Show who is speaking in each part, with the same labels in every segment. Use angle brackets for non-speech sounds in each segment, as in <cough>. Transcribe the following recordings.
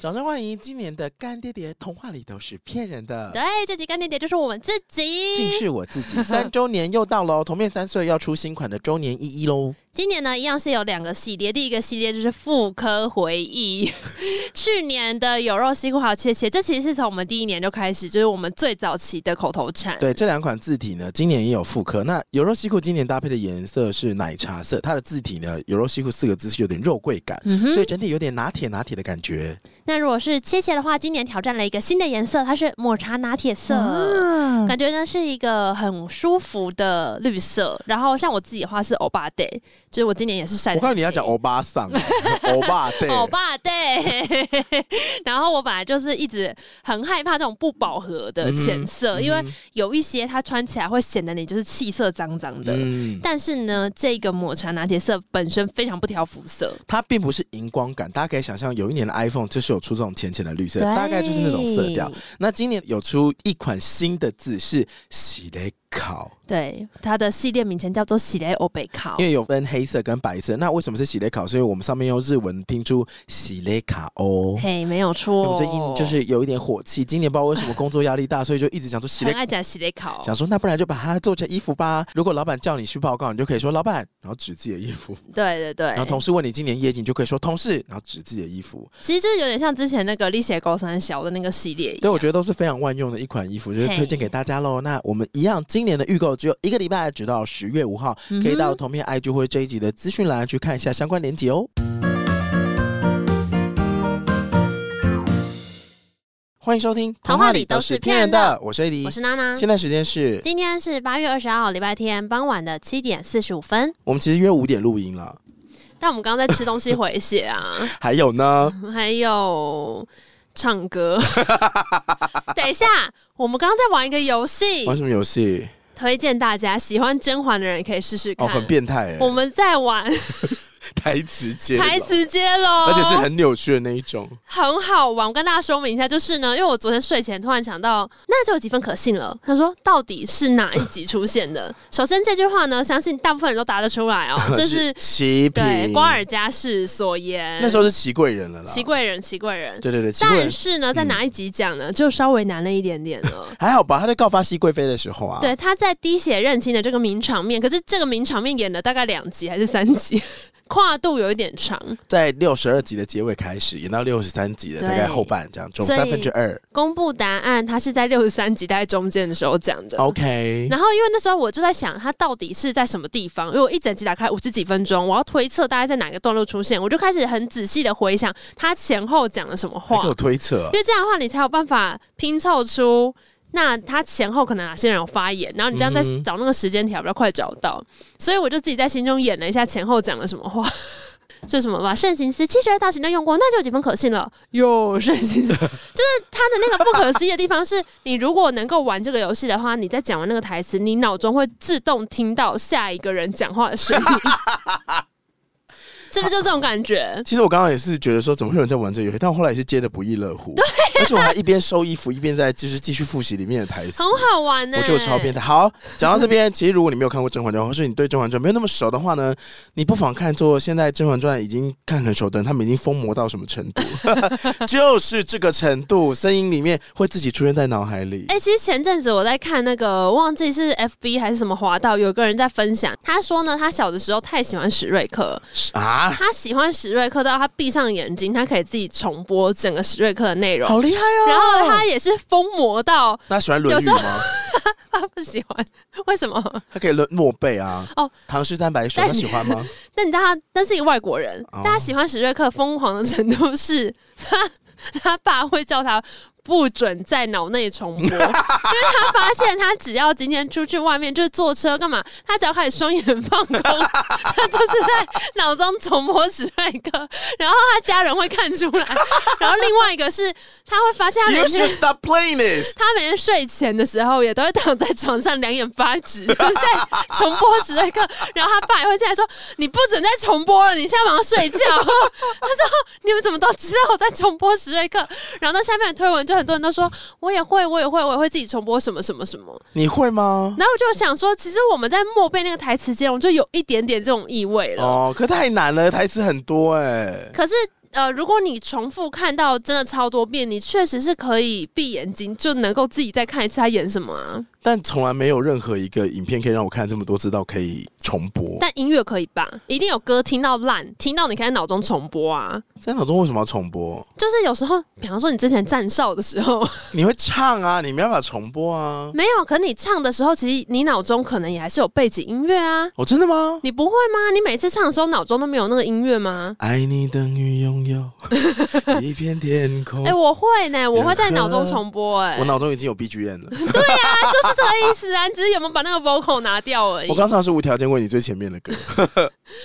Speaker 1: 掌声欢迎今年的干爹爹，童话里都是骗人的。
Speaker 2: 对，这集干爹爹就是我们自
Speaker 1: 竟
Speaker 2: 己。
Speaker 1: 是我自己，三周年又到喽！同面三岁要出新款的周年一一喽。
Speaker 2: 今年呢，一样是有两个系列，第一个系列就是妇科回忆， <laughs> 去年的有肉西裤好切切，这其实是从我们第一年就开始，就是我们最早期的口头禅。
Speaker 1: 对，这两款字体呢，今年也有复刻。那有肉西裤今年搭配的颜色是奶茶色，它的字体呢，有肉西裤四个字是有点肉桂感，
Speaker 2: 嗯
Speaker 1: 所
Speaker 2: 哼，
Speaker 1: 以整体有点拿铁拿铁的感觉。
Speaker 2: 那如果是切切的话，今年挑战了一个新的颜色，它是抹茶拿铁色。
Speaker 1: 嗯，
Speaker 2: 感觉呢是一个很舒服的绿色，然后像我自己的话是欧巴 day，就是我今年也是晒。
Speaker 1: 我告诉你要讲欧巴
Speaker 2: <laughs>
Speaker 1: 桑，欧巴对，
Speaker 2: 欧巴 day，然后我本来就是一直很害怕这种不饱和的浅色，
Speaker 1: 嗯
Speaker 2: 因为有一些它穿起来会显得你就是气色脏脏的。
Speaker 1: 嗯，
Speaker 2: 但是呢，这个抹茶拿铁色本身非常不挑肤色，
Speaker 1: 它并不是荧光感，大家可以想象，有一年的 iPhone 就是有出这种浅浅的绿色，
Speaker 2: 对
Speaker 1: 大概就是那种色调。。那今年有出一款新的字是喜雷考。
Speaker 2: 对，它的系列名称叫做喜来欧贝考
Speaker 1: 因。为有分黑色跟白色。那为什么是喜雷考？是因为我们上面用日文拼出喜雷卡哦。
Speaker 2: 嘿，没有
Speaker 1: 因
Speaker 2: 错。
Speaker 1: 为我最近就是有一点火气，今年不知道为什么工作压力大，所以就一直想说喜
Speaker 2: 很 <laughs>
Speaker 1: 雷，
Speaker 2: 爱讲喜来考。
Speaker 1: 想说那不然就把它做成衣服吧。如果老板叫你去报告，你就可以说老板，然后指自己的衣服。
Speaker 2: 对对对。
Speaker 1: 然后同事问你今年业绩，你就可以说同事，然后指自己的衣服。
Speaker 2: 其实就是有点像之前那个力写高三小的那个系列一样。
Speaker 1: 对，我觉得都是非常万用的一款衣服，就是
Speaker 2: 嘿
Speaker 1: 推荐给大家喽。那我们一样，今年的预购只有一个礼拜，直到十月五号，
Speaker 2: 嗯哼
Speaker 1: 可以到同片 IG 或者这一集的资讯栏去看一下相关链接哦。欢迎收听《
Speaker 2: 童话里都是骗人的
Speaker 1: 我是 AD，
Speaker 2: 我是娜娜。
Speaker 1: 现在时间是
Speaker 2: 今天是八月二十二号，礼拜天傍晚的七点四十五分。
Speaker 1: 我们其实约五点录音了，
Speaker 2: 但我们刚刚在吃东西回血啊，
Speaker 1: 还有呢，
Speaker 2: 还有唱
Speaker 1: <laughs>
Speaker 2: 歌。等一下，我们刚刚在玩一个游戏，
Speaker 1: 玩什么游戏？
Speaker 2: 推荐大家喜欢甄嬛的人可以试试
Speaker 1: 哦，
Speaker 2: 看。
Speaker 1: 很变态哎
Speaker 2: 我，们在玩
Speaker 1: 台词接
Speaker 2: 台，词哦接龙，
Speaker 1: 而且是很扭曲的那一种。
Speaker 2: 很好玩。我跟大家说明一下，就是呢，因为我昨天睡前突然想到，那就有几分可信了。他说，到底是哪一集出现
Speaker 1: <laughs>
Speaker 2: 的？首先这句话呢，相信大部分人都答得出来哦，就是
Speaker 1: 齐
Speaker 2: 对
Speaker 1: 平，
Speaker 2: 瓜尔佳氏所言。
Speaker 1: 那时候是齐贵人了啦，
Speaker 2: 齐贵人，齐贵人。
Speaker 1: 对对对，齐贵
Speaker 2: 但
Speaker 1: 人嗯
Speaker 2: 是呢，在哪一集讲呢？就稍微难了一点点
Speaker 1: <laughs>
Speaker 2: 了。
Speaker 1: 还好吧？他在告发熹贵妃的时候啊，
Speaker 2: 对，他在滴血认亲的这个名场面，可是这个名场面演了大概两集还是三集， <laughs> 跨度有一点长。
Speaker 1: 在六十二集的结尾开始，演到六十三集的
Speaker 2: 对
Speaker 1: 大概后半，这样中
Speaker 2: 所以
Speaker 1: 三分之二。
Speaker 2: 公布答案，他是在六十三集大概中间的时候讲的。
Speaker 1: 哦 OK，
Speaker 2: 然后，因为呃那时候我就在想，他到底是在什么地方？因为我一整集打开五十几分钟，我要推测大概在哪个段落出现，我就开始很仔细的回想他前后讲了什么
Speaker 1: 还
Speaker 2: 话
Speaker 1: 给，我推测
Speaker 2: 因，为这样的话你才有办法拼凑出那他前后可能哪些人有发言，然后你这样再
Speaker 1: 嗯哼
Speaker 2: 找那个时间条比较快找到。所以我就自己在心中演了一下前后讲了什
Speaker 1: <laughs>
Speaker 2: 么话。是什么吧？慎行司七十二道行都用过，那就有几分可信了。哟，慎
Speaker 1: <laughs>
Speaker 2: 行司就是他的那个不可思议的地方是，你如果能够玩这个游戏的话，你在讲完那个台词，你脑中会自动听到下一个人讲话的
Speaker 1: <laughs>
Speaker 2: 声音，是不是就这种感觉？
Speaker 1: 其实我刚刚也是觉得说，怎么会有人在玩这个游戏？但我后来也是接的不亦乐
Speaker 2: <laughs>
Speaker 1: 乎。对、而且我还一边收衣服，一边在就是继续复习里面的台词
Speaker 2: 很。好玩呢、欸
Speaker 1: 我觉得我超变态。好，讲到这边， <laughs> 其实如果你没有看过《甄嬛传》，或是你对《甄嬛传》没有那么熟的话呢，你不妨看做现在《甄嬛传》已经看很熟的人，他们已经疯魔到什么程度？ <laughs> 就是这个程度，声音里面会自己出现在脑海里。
Speaker 2: 哎、其实前阵子我在看那个，忘记是 FB 还是什么滑道，有个人在分享，他说呢，他小的时候太喜欢史瑞克了，
Speaker 1: 啊，
Speaker 2: 他喜欢史瑞克到他闭上眼睛，他可以自己重播整个史瑞克的内容，
Speaker 1: 好厉害哦！
Speaker 2: 然后他也是疯魔到
Speaker 1: 那喜欢《论
Speaker 2: 有
Speaker 1: 语
Speaker 2: 时》候
Speaker 1: 吗？
Speaker 2: 他不喜欢，为什么？
Speaker 1: 他可以论诺贝啊。
Speaker 2: 哦
Speaker 1: 唐诗三百首，
Speaker 2: 但
Speaker 1: 他喜欢吗？
Speaker 2: 但你知道他，那是一个外国人，
Speaker 1: 哦
Speaker 2: 但他喜欢史瑞克疯狂的程度是， <laughs> 他他爸会叫他不准在脑内重播，因为他发现他只要今天出去外面就是坐车干嘛，他只要开始双眼放空， <laughs> 他就是在脑中重播史瑞克，然后他家人会看出来，然后另外一个是他会发 <laughs> 现他
Speaker 1: You
Speaker 2: 每天
Speaker 1: should stop playing this。
Speaker 2: 他每天睡前的时候也都会躺在床上两眼发直， <laughs> 就是在重播史瑞克。然后他爸也会进来说：“你不准再重播了，你现在马上睡觉。”他说：“你们怎么都知道我在重播史瑞克？”然后那下面的推文就很多人都说：“我也会，我也会，我也会自己重播什么什么什么。
Speaker 1: 你会”吗？
Speaker 2: 然后我就想说，其实我们在默背那个台
Speaker 1: 哦
Speaker 2: 词间，我就有一点点这种意味了。
Speaker 1: 哦，可太难了，台词很多哎、
Speaker 2: 可是。呃，如果你重复看到真的超多遍，你确实是可以闭眼睛就能够自己再看一次他演什么啊。
Speaker 1: 但从来没有任何一个影片可以让我看这么多次到可以重播。
Speaker 2: 但音乐可以吧？一定有歌听到烂，听到你可以在脑中重播啊。
Speaker 1: 在脑中为什么要重播？
Speaker 2: 就是有时候，比方说你之前站哨的时候，
Speaker 1: 你会唱啊，你没办法重播啊。
Speaker 2: 没有，可你唱的时候，其实你脑中可能也还是有背景音乐啊。
Speaker 1: 哦，真的吗？
Speaker 2: 你不会吗？你每次唱的时候脑中都没有那个音乐吗？
Speaker 1: 爱你等于拥
Speaker 2: <laughs>
Speaker 1: 有一片天空。
Speaker 2: 哎、我会呢，我会在脑中重播、 <laughs> 哎，
Speaker 1: 我脑中已经有 BGM 了。
Speaker 2: 啊，就是这个意思啊，你只是有没有把那个 vocal 拿掉而已。
Speaker 1: 我刚唱的是无条件为你最前面的歌，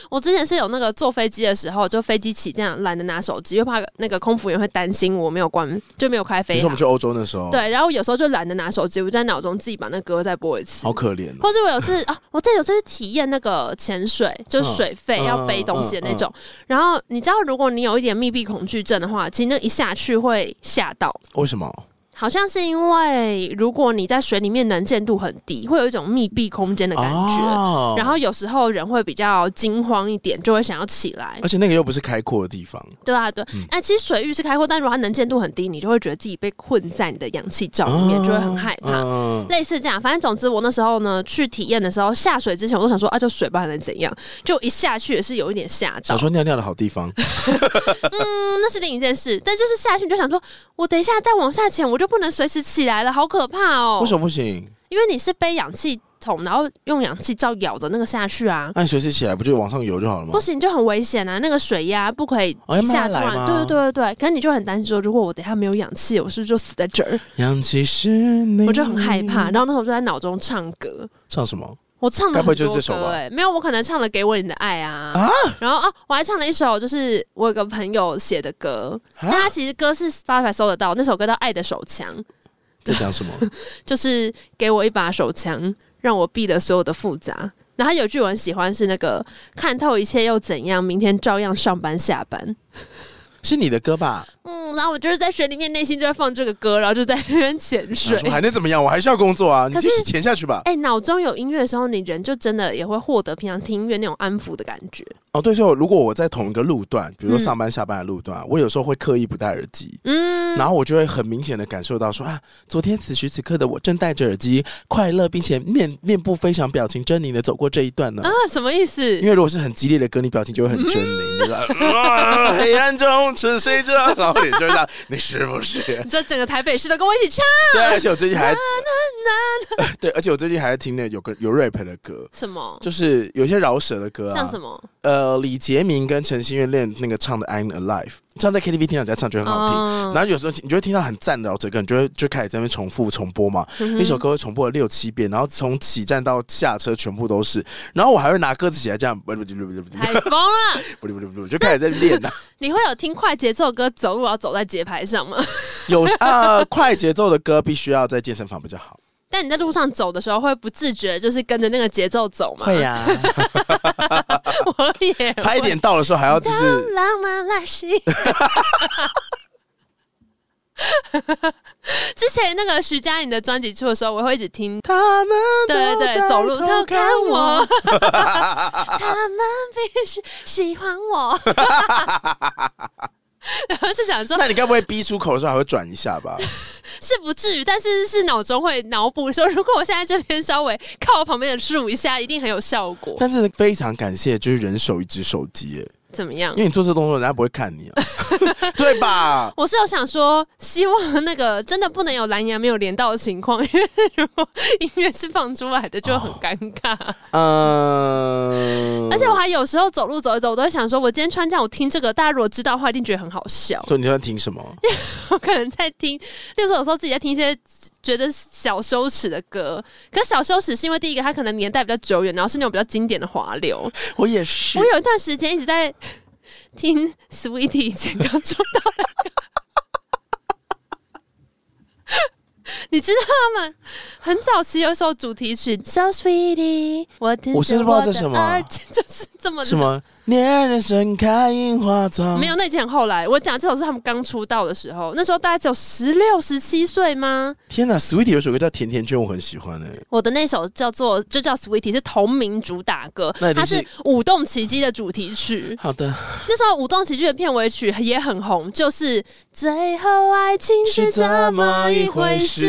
Speaker 2: 我之前是有那个坐飞机的时候，就飞机起降懒得拿手机，又怕那个空服员会担心我没有关，就没有开
Speaker 1: 你
Speaker 2: 飞
Speaker 1: 说我
Speaker 2: 航
Speaker 1: 们。去欧洲那时候，，
Speaker 2: 对，然后有时候就懒得拿手机，我就在脑中自己把那歌再播一次。
Speaker 1: 好可怜哦。
Speaker 2: 或是我有
Speaker 1: <laughs>
Speaker 2: 次啊，我这有次去体验那个潜水，就是水费、
Speaker 1: 嗯
Speaker 2: 要背东西的那种。然后你知道，如果你有一点密闭恐惧症的话，其实那一下去会吓到。
Speaker 1: 为什么？
Speaker 2: 好像是因为如果你在水里面能见度很低，会有一种密闭空间的感觉。
Speaker 1: 哦
Speaker 2: 然后有时候人会比较惊慌一点，就会想要起来。
Speaker 1: 而且那个又不是开阔的地方，
Speaker 2: 对啊，对。哎、其实水域是开阔，但如果它能见度很低，你就会觉得自己被困在你的氧气罩里面，就会很害怕。
Speaker 1: 嗯，
Speaker 2: 类似这样，反正总之我那时候呢去体验的时候，下水之前我都想说啊，就水吧，还能怎样？就一下去也是有一点吓到
Speaker 1: 想，说尿尿的好地方，
Speaker 2: 嗯，那是另一件事。但就是下去你就想说，我等一下再往下潜，我就不能随时起来了，好可怕哦！
Speaker 1: 为什么不行？
Speaker 2: 因为你是背氧气筒，然后用氧气罩咬着那个下去啊，
Speaker 1: 那你随时起来不就往上游就好了吗
Speaker 2: 不？行就很危险啊，那个水压不可以
Speaker 1: 哦要
Speaker 2: 一
Speaker 1: 慢
Speaker 2: 下
Speaker 1: 慢
Speaker 2: 突
Speaker 1: 来
Speaker 2: 然，
Speaker 1: 吗
Speaker 2: 对对对对对，可是你就很担心说，如果我等一下没有氧气，我是不是就死在这儿？
Speaker 1: 氧气是你，
Speaker 2: 我就很害怕。。
Speaker 1: 嗯
Speaker 2: 然后那时候就在脑中唱歌，
Speaker 1: 唱什
Speaker 2: <laughs>
Speaker 1: 么？
Speaker 2: 我唱了
Speaker 1: 该不
Speaker 2: 很
Speaker 1: 会就
Speaker 2: 多
Speaker 1: 是
Speaker 2: 歌、
Speaker 1: 这首吧
Speaker 2: 哎，没有，我可能唱了《给我你的爱》啊，
Speaker 1: 啊
Speaker 2: 然后啊，我还唱了一首，就是我有个朋友写的歌，
Speaker 1: 啊
Speaker 2: 但他其实歌是 Spotify 搜得到，那首歌叫《爱的手枪》，
Speaker 1: 在讲什么？
Speaker 2: 就是给我一把手枪，让我避了所有的复杂。然后他有句我很喜欢是那个看透一切又怎样，明天照样上班下班。
Speaker 1: 是你的歌
Speaker 2: <laughs>
Speaker 1: 吧？
Speaker 2: 嗯，然后我就是在水里面，内心就在放这个歌，然后就在那边潜
Speaker 1: 想。
Speaker 2: 水
Speaker 1: 啊哎说还能怎么样？我还是要工作啊！你
Speaker 2: 可是
Speaker 1: 继续潜下去吧。
Speaker 2: 哎、脑中有音乐的时候，你人就真的也会获得平常听音乐那种安抚的感觉。
Speaker 1: 哦，对，就如果我在同一个路段，比如说
Speaker 2: 嗯
Speaker 1: 上班下班的路段，我有时候会刻意不戴耳机。
Speaker 2: 嗯，
Speaker 1: 然后我就会很明显的感受到说啊，昨天此时此刻的我正戴着耳机，快乐并且面面部非常表情狰狞的走过这一段呢
Speaker 2: 啊。，什么意思
Speaker 1: 因？为如果是很激烈的歌，你表情就会很狰狞，就是啊，
Speaker 2: <laughs>
Speaker 1: 黑暗中沉睡着，然后脸就会这样，你是不是？ <laughs>
Speaker 2: 你说整个台北市都跟我一起唱
Speaker 1: 对，而且我最
Speaker 2: <laughs>
Speaker 1: 近还对，而且我最近还在听那有个有 rap 的歌，
Speaker 2: 什么？
Speaker 1: 就是有一些饶舌的歌啊，
Speaker 2: 像什么？
Speaker 1: 呃，李杰明跟陈星月练那个唱的《I'm Alive》，唱在 KTV 听到人家唱觉得很好听。
Speaker 2: 嗯
Speaker 1: <laughs> 然后有时候你就会听到很赞的饶舌歌，你就会就开始在那边重复重播嘛，
Speaker 2: 嗯哼
Speaker 1: 那首歌会重播了六七遍，然后从起站到下车全部都是，然后我还会拿歌词起来这样，不不不不不不
Speaker 2: 太疯了！
Speaker 1: 不不不不， <laughs> 就开始在练啊呐、
Speaker 2: 啊你会有听快节奏歌走路，然后走在节拍上吗？
Speaker 1: <laughs>
Speaker 2: <laughs>
Speaker 1: 有啊、快节奏的歌必须要在健身房比较好。
Speaker 2: 但你在路上走的时候，会不自觉就是跟着那个节奏走吗？
Speaker 1: 呀、
Speaker 2: <laughs> 我也会
Speaker 1: 啊 <laughs>
Speaker 2: 哦
Speaker 1: 拍一点到的时候还要就是
Speaker 2: <laughs> 浪漫来袭。之前那个徐佳莹的专辑出的时候，我会一直听。
Speaker 1: 他们都
Speaker 2: 对对
Speaker 1: 在
Speaker 2: 对，走路偷
Speaker 1: 偷
Speaker 2: 看
Speaker 1: 看
Speaker 2: 我，，他们必须喜欢我。 <laughs> 然后就想说
Speaker 1: 那，你该不会逼出口的时候还会转一下吧？
Speaker 2: 是不至于，但是是脑中会脑补说，如果我现在这边稍微靠我旁边的树一下，一定很有效果。
Speaker 1: 但是非常感谢，就是人手一只手机耶，
Speaker 2: 怎么样
Speaker 1: 因？为你做这动作，人家不会看你啊， <laughs> 对吧？
Speaker 2: 我是有想说，希望那个真的不能有蓝牙没有连到的情况， <laughs> 因为如果音乐是放出来的，就很尴尬。
Speaker 1: 嗯、
Speaker 2: 而且我还有时候走路走一走，我都会想说，我今天穿这样，我听这个，大家如果知道的话，一定觉得很好笑。
Speaker 1: 所以你在听什么？
Speaker 2: 我可能在听，例如说有时候自己在听一些觉得小羞耻的歌，可小羞耻是因为第一个它可能年代比较久远，然后是那种比较经典的滑流。
Speaker 1: 我也是
Speaker 2: 我，有一段时间一直在听 Sweetie 以前刚出道的歌，你知道吗？很早期有一首主题曲 So Sweetie，我听
Speaker 1: 我甚至
Speaker 2: 着
Speaker 1: 不知道
Speaker 2: 我
Speaker 1: 这
Speaker 2: 的
Speaker 1: 什么啊
Speaker 2: <laughs> 耳机，就是这么
Speaker 1: 什么恋人盛开樱花草，
Speaker 2: 没有，那已经很后来。我讲这首是他们刚出道的时候，那时候大概只有十六、十七岁吗？
Speaker 1: 天哪，Sweetie 有首歌叫《甜甜圈》，我很喜欢哎、
Speaker 2: 我的那首叫做就叫《Sweetie》，是同名主打歌
Speaker 1: 那一，定
Speaker 2: 它
Speaker 1: 是
Speaker 2: 是《舞动奇迹》的主题曲。 <laughs>
Speaker 1: 好的，
Speaker 2: 那时候《舞动奇迹》的片尾曲也很红，就是《最后爱情是怎么一回事》。？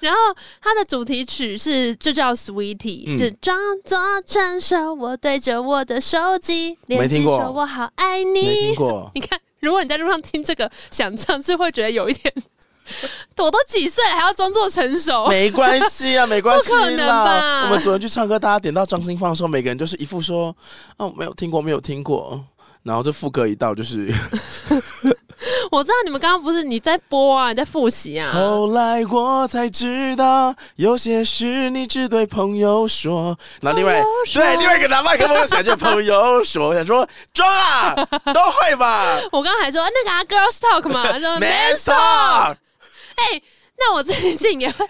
Speaker 2: 然后它的主题曲是就叫 Sweetie，、
Speaker 1: 嗯
Speaker 2: 就装作成熟，我对着我的手机，
Speaker 1: 没
Speaker 2: 连
Speaker 1: 听
Speaker 2: 接
Speaker 1: 过
Speaker 2: 说我好爱
Speaker 1: 没听
Speaker 2: 你。 <laughs>
Speaker 1: 过，
Speaker 2: 你看，如果你在路上听这个想唱，是会觉得有一点， <laughs> 我都几岁了还要装作成熟？
Speaker 1: 没关系啊，没关系
Speaker 2: 不可能
Speaker 1: 啦。
Speaker 2: 吧
Speaker 1: 我们昨天去唱歌，大家点到张新放的时候，每个人就是一副说：“哦，没有听过，没有听过。”然后这副歌一到，就是
Speaker 2: <laughs> 我知道你们刚刚不是你在播啊，你在复习啊。
Speaker 1: 后来我才知道，有些事你只对朋友说。然后另外
Speaker 2: 朋友说
Speaker 1: 对另外一个拿麦克风的想就朋友说，我想说装啊，
Speaker 2: <laughs>
Speaker 1: 都会吧
Speaker 2: 我刚刚还说那个啊，girls talk 嘛，
Speaker 1: <laughs>
Speaker 2: 说
Speaker 1: 没错。
Speaker 2: 哎、那我最近也会，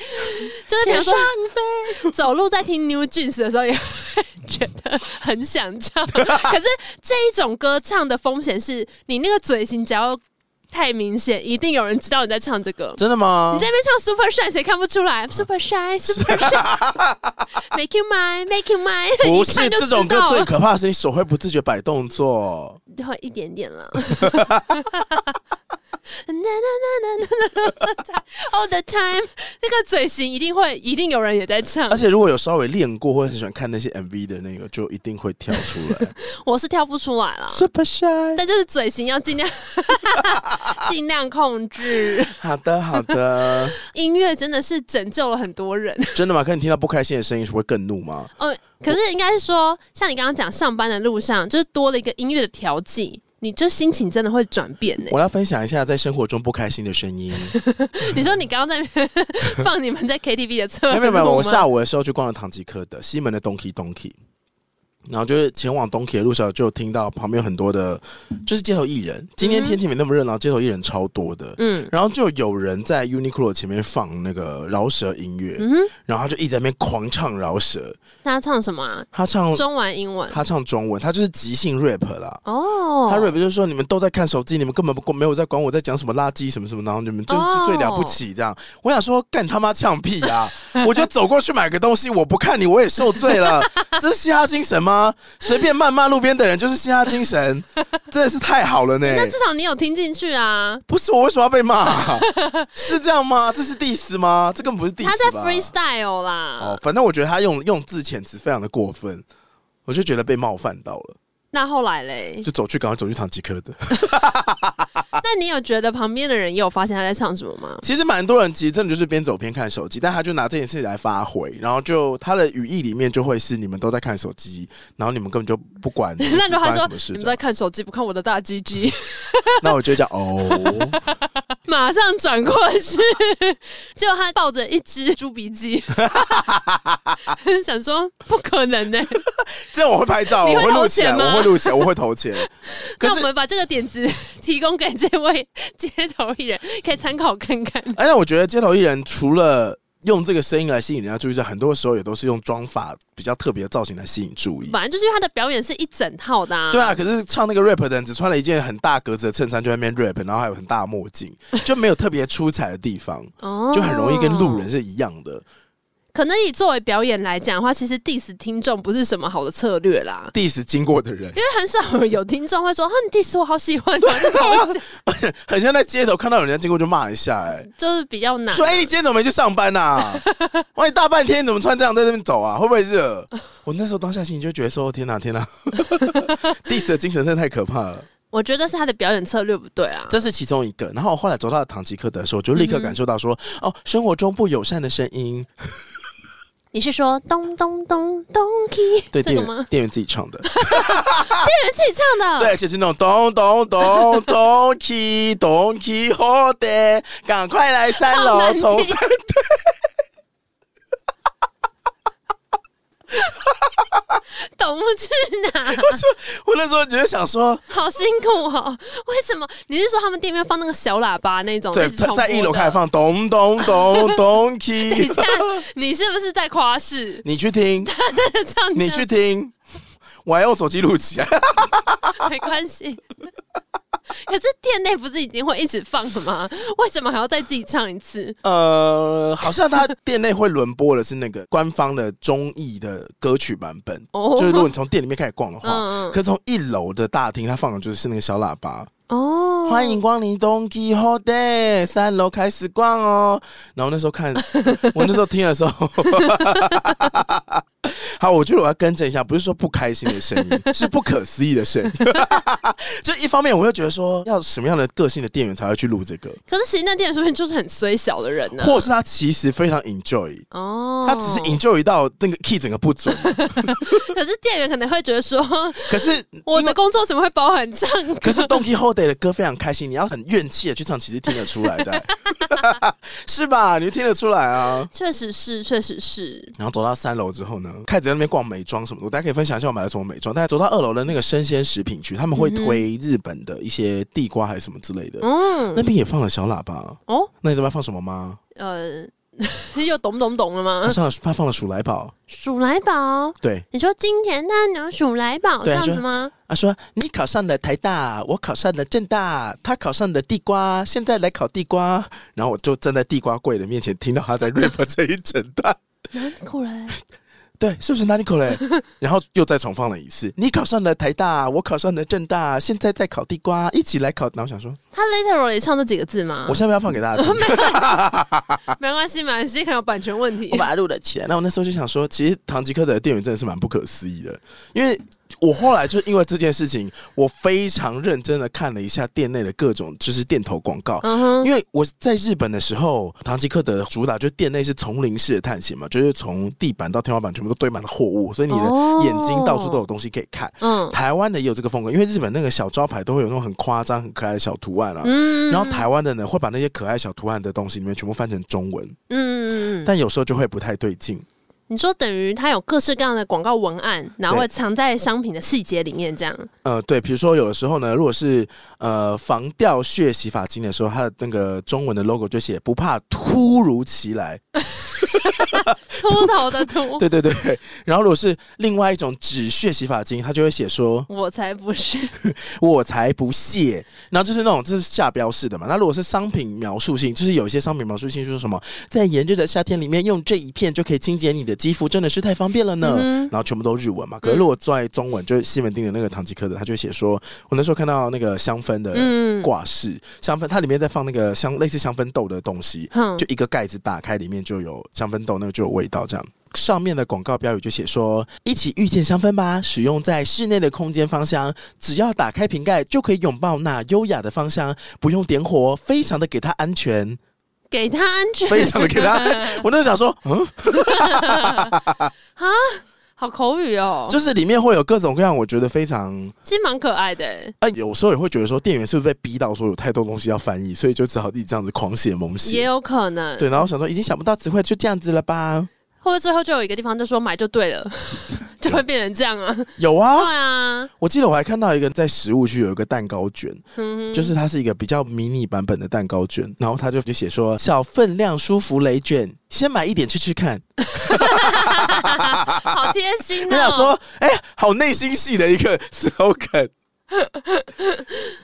Speaker 2: 就是比如说走路在听 New Jeans 的时候，也会觉得很想
Speaker 1: <laughs>
Speaker 2: 唱。可是这一种歌唱的风险是你那个嘴型只要太明显，一定有人知道你在唱这个。
Speaker 1: 真的吗啊
Speaker 2: 你？在那边唱 Super Shy，谁看不出来？Super
Speaker 1: <laughs>
Speaker 2: Shy，Super Shy，Make you mine，Make you mine，
Speaker 1: 不
Speaker 2: <laughs> 一
Speaker 1: 是
Speaker 2: 看就
Speaker 1: 这种
Speaker 2: 知
Speaker 1: 歌
Speaker 2: 道嗯
Speaker 1: 最
Speaker 2: 了
Speaker 1: 可怕的是你手会不自觉摆动作。
Speaker 2: 会一点点
Speaker 1: <laughs>
Speaker 2: 啦。那那那那那那 <laughs> all the time，那个嘴型一定会，一定有人也在唱
Speaker 1: 而。且如果有稍微练过，或者很喜欢看那些 MV 的那个，就一定会跳出
Speaker 2: <laughs>
Speaker 1: 来。
Speaker 2: 我是跳不出来啦，
Speaker 1: Super shy。
Speaker 2: 但就是嘴型要尽量 <laughs> 尽量控制。
Speaker 1: 好的，好 <laughs> 的。
Speaker 2: 音乐真的是拯救了很多人。
Speaker 1: 真的吗？可是你听到不开心的声音，是会更怒吗？
Speaker 2: 呃，可是应该是说，像你刚刚讲，上班的路上就是多了一个音乐的调剂。你这心情真的会转变欸呢、
Speaker 1: 我来分享一下在生活中不开心的声音。
Speaker 2: 你说你
Speaker 1: <laughs>
Speaker 2: 刚刚在放你们在 KTV 的侧
Speaker 1: 没
Speaker 2: 录
Speaker 1: 有没有没有，我
Speaker 2: 吗
Speaker 1: 下午的时候去逛了唐吉诃德，西门的 Donkey Donkey，然后就是前往 Donkey 的路上，就听到旁边有很多的，就是街头艺人。今天天气没那么热闹，街头艺人超多的。
Speaker 2: 嗯
Speaker 1: 然后就有人在 Uniqlo 前面放那个饶舌音乐，
Speaker 2: 嗯哼，
Speaker 1: 然后他就一直在那边狂唱饶舌。
Speaker 2: 那他唱什么啊？
Speaker 1: 他唱
Speaker 2: 中文、英文
Speaker 1: 他唱中文，他就是即兴 rap 啦。
Speaker 2: 哦，
Speaker 1: 哦他 rap 就是说你们都在看手机，你们根本不没有在管我在讲什么垃圾什么什么，然后你们就
Speaker 2: 哦
Speaker 1: 就最了不起这
Speaker 2: <laughs>
Speaker 1: 样。我想说干他妈呛屁啊！我就走过去买个东西，我不看你我也受罪
Speaker 2: <laughs>
Speaker 1: 了，这是嘻哈精神吗？随便谩骂路边的人就是嘻哈精
Speaker 2: <laughs>
Speaker 1: 神，真的是太好了呢。
Speaker 2: 那至少你有听进去啊。
Speaker 1: 不是我为什么要被骂、 <laughs> 是这样吗？这是 diss 吗？这根本不是 diss 吧
Speaker 2: 他？在 freestyle 啦，
Speaker 1: 哦，反正我觉得他用用字遣词非常的过分，我就觉得被冒犯到了，
Speaker 2: 那后来嘞？
Speaker 1: 就啊走去赶快走去唐吉诃德。
Speaker 2: 那你有觉得旁边的人也有发现他在唱什么吗？
Speaker 1: 其实蛮多人其实真的就是边走边看手机，但他就拿这件事来发挥，然后就他的语义里面就会是你们都在看手机，然后你们根本就不管其实
Speaker 2: <laughs> 那如果
Speaker 1: 发
Speaker 2: 他
Speaker 1: 生
Speaker 2: 说
Speaker 1: 什么事啊
Speaker 2: 你们
Speaker 1: 这
Speaker 2: 在
Speaker 1: 样，
Speaker 2: 看手机不看我的大鸡鸡， <laughs>
Speaker 1: 那我就会讲哦，
Speaker 2: 马上转过
Speaker 1: <laughs>
Speaker 2: 去，结果他抱着一只猪鼻鸡，想说不可能欸呢、
Speaker 1: 这样我会拍照，
Speaker 2: 你
Speaker 1: 我
Speaker 2: 会
Speaker 1: 会录
Speaker 2: 投
Speaker 1: 起来，
Speaker 2: 钱吗
Speaker 1: 我会录起来，我会投
Speaker 2: <laughs>
Speaker 1: 钱。可
Speaker 2: 那我
Speaker 1: 是，
Speaker 2: 们把这个点子 <laughs> 提供给这位街头艺人，可以参考看看。
Speaker 1: 哎，那我觉得街头艺人除了用这个声音来吸引人家注意之外，很多时候也都是用妆法比较特别的造型来吸引注
Speaker 2: <laughs>
Speaker 1: 意。
Speaker 2: 反正就是因为他的表演是一整套的、啊，
Speaker 1: 对啊，可是唱那个 rap 的人只穿了一件很大格子的衬衫就在那边 rap，然后还有很大的墨镜，就没有特别出彩的地方。
Speaker 2: 哦
Speaker 1: 就很容易跟路人是一样的。
Speaker 2: 可能以作为表演来讲的话，其实 diss 听众不是什么好的策略啦，
Speaker 1: diss 经过的人，
Speaker 2: 因为很少有听众会说啊你 diss 我好喜欢，然后就跑走
Speaker 1: 很像在街头看到有人家经过就骂一下、欸，
Speaker 2: 就是比较难
Speaker 1: 哎，。说哎、你今天怎么没去上班呐、啊？哇，你大半天你怎么穿这样在那边走啊？会不会热？我那时候当下心里就觉得说，哦天哪、天哪、d i s s 的精神真的太可怕了。
Speaker 2: 我觉得是他的表演策略不对啊。
Speaker 1: 这是其中一个。然后我后来走到唐吉诃德的时候，我就立
Speaker 2: 嗯
Speaker 1: 刻感受到说，哦，生活中不友善的声音，
Speaker 2: 你是说咚咚咚咚 key
Speaker 1: 对
Speaker 2: 这
Speaker 1: 店
Speaker 2: 个
Speaker 1: 员
Speaker 2: 吗？嗯
Speaker 1: 店员自己唱的，
Speaker 2: 你自己唱的？
Speaker 1: <laughs> 对，就是那种咚咚咚咚 key 咚 key 好的，赶快来三
Speaker 2: 好
Speaker 1: 楼
Speaker 2: 难 <laughs>
Speaker 1: 从
Speaker 2: 听
Speaker 1: 三。
Speaker 2: 懂不去哪？
Speaker 1: 我那时候只是想说，
Speaker 2: 好辛苦哦！为什么？你是说他们店面放那个小喇叭那种？
Speaker 1: 对，
Speaker 2: 一直重
Speaker 1: 在
Speaker 2: 复
Speaker 1: 在一楼
Speaker 2: 的
Speaker 1: 开始。放咚
Speaker 2: <laughs>
Speaker 1: 咚咚咚
Speaker 2: 等一 <laughs>
Speaker 1: key，
Speaker 2: 下，你是不是在夸饰？
Speaker 1: 你去听，
Speaker 2: 唱
Speaker 1: 你
Speaker 2: 这
Speaker 1: 去听，我还用手机录起来。 <laughs>
Speaker 2: 没关系。可是店内不是已经会一直放了吗？为什么还要再自己唱一次？
Speaker 1: 呃，好像他店内会轮播的是那个官方的综艺的歌曲版本，
Speaker 2: 哦
Speaker 1: 就是如果你从店里面开始逛的话，
Speaker 2: 嗯
Speaker 1: 可从一楼的大厅，他放的就是那个小喇叭，
Speaker 2: 哦，
Speaker 1: 欢迎光临 Don Quixote，三楼开始逛哦。然后那时候
Speaker 2: <laughs>
Speaker 1: 看，我那时候听的时候， <laughs> 好，我觉得我要更正一下，不是说不开心的声音，是不可思议的声音。 <laughs> 就一方面，我会觉得说，要什么样的个性的店员才会去录这个，
Speaker 2: 可是其实那店员说不定就是很衰小的人呢、
Speaker 1: 或者是他其实非常 enjoy。
Speaker 2: 嗯哦，
Speaker 1: 他只是 enjoy 到那个 key 整个不准，
Speaker 2: <laughs> 可是店员可能会觉得说，
Speaker 1: 可是
Speaker 2: 我
Speaker 1: 因为
Speaker 2: 的工作怎么会包含唱歌？
Speaker 1: 可是 Donkey Hole Day 的歌非常开心，你要很怨气的去唱，其实听得出来的， <laughs> 是吧？你就听得出来啊。
Speaker 2: 确实是，确实是。
Speaker 1: 然后走到三楼之后呢，开始在那边逛美妆什么的。我大家可以分享一下我买了什么美妆。大家走到二楼的那个生鲜食品区，他们会推日本的一些地瓜还是什么之类的，
Speaker 2: 嗯，
Speaker 1: 那边也放了小喇叭。
Speaker 2: 哦，
Speaker 1: 那你知道他放什么吗？
Speaker 2: 呃， <laughs> 又懂懂懂了
Speaker 1: 他
Speaker 2: 吗？
Speaker 1: 上了，他放了鼠来宝。
Speaker 2: 鼠来宝，
Speaker 1: 对，
Speaker 2: 你说金田大娘鼠来宝这
Speaker 1: 对
Speaker 2: 样
Speaker 1: 啊 <laughs>
Speaker 2: 子吗？
Speaker 1: 他说：“你考上了台大，我考上了正大，他考上了地瓜，现在来烤地瓜。”然后我就站在地瓜柜的面前，听到他在 rap <laughs> 这一整段。
Speaker 2: 南古人，
Speaker 1: 对，是不是哪里口
Speaker 2: <laughs>
Speaker 1: 嘞？然后又再重放了一次。你考上了台大，我考上了正大，现在在烤地瓜，一起来烤。然后我想说，
Speaker 2: 他 literally 唱这几个字吗
Speaker 1: 我？现在要放给
Speaker 2: <laughs>
Speaker 1: 大家听，
Speaker 2: 没关系，没关系，可能有版权问题
Speaker 1: 我。把它录了起来。那我那时候就想说，其实唐吉诃德的店员真的是蛮不可思议的，因为我后来就是因为这件事情，我非常认真的看了一下店内的各种就是店头广告，
Speaker 2: 嗯哼，
Speaker 1: 因为我在日本的时候，唐吉诃德主打就是店内是丛林式的探险嘛，就是从地板到天花板全部都堆满了货物，所以你的
Speaker 2: 哦
Speaker 1: 眼睛到处都有东西可以看。
Speaker 2: 嗯
Speaker 1: 台湾的也有这个风格，因为日本那个小招牌都会有那种很夸张、很可爱的小图案啊。
Speaker 2: 嗯
Speaker 1: 然后台湾的呢，会把那些可爱小图案的东西里面全部翻成中文，
Speaker 2: 嗯嗯嗯，
Speaker 1: 但有时候就会不太对劲。
Speaker 2: 你说等于它有各式各样的广告文案，然后
Speaker 1: 对
Speaker 2: 会藏在商品的细节里面，这样。
Speaker 1: 呃， <laughs> 对，比如说有的时候呢，如果是呃防掉屑洗发精的时候，它的那个中文的 logo 就写不怕突如其来，
Speaker 2: 秃头的秃，
Speaker 1: 对对对，然后如果是另外一种止血洗发精，它就会写说
Speaker 2: 我才不是。
Speaker 1: “我才不屑”，然后就是那种这是下标式的嘛。那如果是商品描述性，就是有一些商品描述性就是什么，在炎热的夏天里面用这一片就可以清洁你的肌肤，真的是太方便了呢。
Speaker 2: 嗯哼
Speaker 1: 然后全部都日文嘛，可是如果在中文，就是西门町的那个唐吉诃德，他就会写说，我那时候看到那个香氛的
Speaker 2: 嗯，
Speaker 1: 挂饰，香氛它里面在放那个香类似香氛豆的东西，
Speaker 2: 哼
Speaker 1: 就一个盖子打开，里面就有香氛豆，那个就有味道这样。上面的广告标语就写说：“一起遇见香氛吧，使用在室内的空间芳香，只要打开瓶盖就可以拥抱那优雅的芳香，不用点火，非常的给它安
Speaker 2: <laughs>
Speaker 1: 全，
Speaker 2: 给他安全，
Speaker 1: 非常的给它。”我那时候想说，嗯，
Speaker 2: <laughs> 好口语哦，
Speaker 1: 就是里面会有各种各样，我觉得非常，
Speaker 2: 其实蛮可爱的欸。
Speaker 1: 啊，有时候也会觉得说，店员是不是被逼到说有太多东西要翻译，所以就只好自己这样子狂写猛
Speaker 2: 也
Speaker 1: 写。
Speaker 2: 有可能，
Speaker 1: 对，然后我想说已经想不到词汇，就这样子了吧？
Speaker 2: 会不会最后就有一个地方就说买就
Speaker 1: <laughs>
Speaker 2: 对了，就会变成这样啊？
Speaker 1: 有啊，
Speaker 2: <laughs> 对啊，
Speaker 1: 我记得我还看到一个在食物区有一个蛋糕卷，
Speaker 2: 嗯，
Speaker 1: 就是它是一个比较迷你版本的蛋糕卷，然后它就就写说小分量舒芙蕾卷，先买一点吃吃看。
Speaker 2: 好贴心
Speaker 1: 我想
Speaker 2: 哦。
Speaker 1: 说，哎、好内心戏的一个 slogan，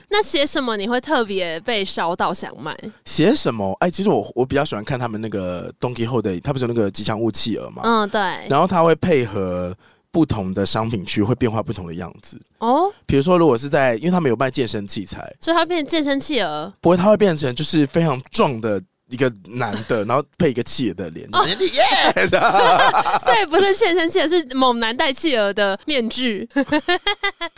Speaker 2: 那写什么你会特别被烧到想买？
Speaker 1: 写什么？哎、其实我我比较喜欢看他们那个 Donkey Hole 的，它不是有那个吉祥物企鹅嘛，
Speaker 2: 嗯，对，
Speaker 1: 然后它会配合不同的商品区会变化不同的样子。
Speaker 2: 哦，
Speaker 1: 比如说，如果是在，因为他们有卖健身器材，
Speaker 2: 所以它变成健身企鹅，
Speaker 1: 不过他会变成就是非常壮的一个男的，然后配一个企鹅的脸，
Speaker 2: 哦
Speaker 1: 耶！这样
Speaker 2: <laughs> 所以不是健身企鹅，是猛男戴企鹅的面具， <laughs>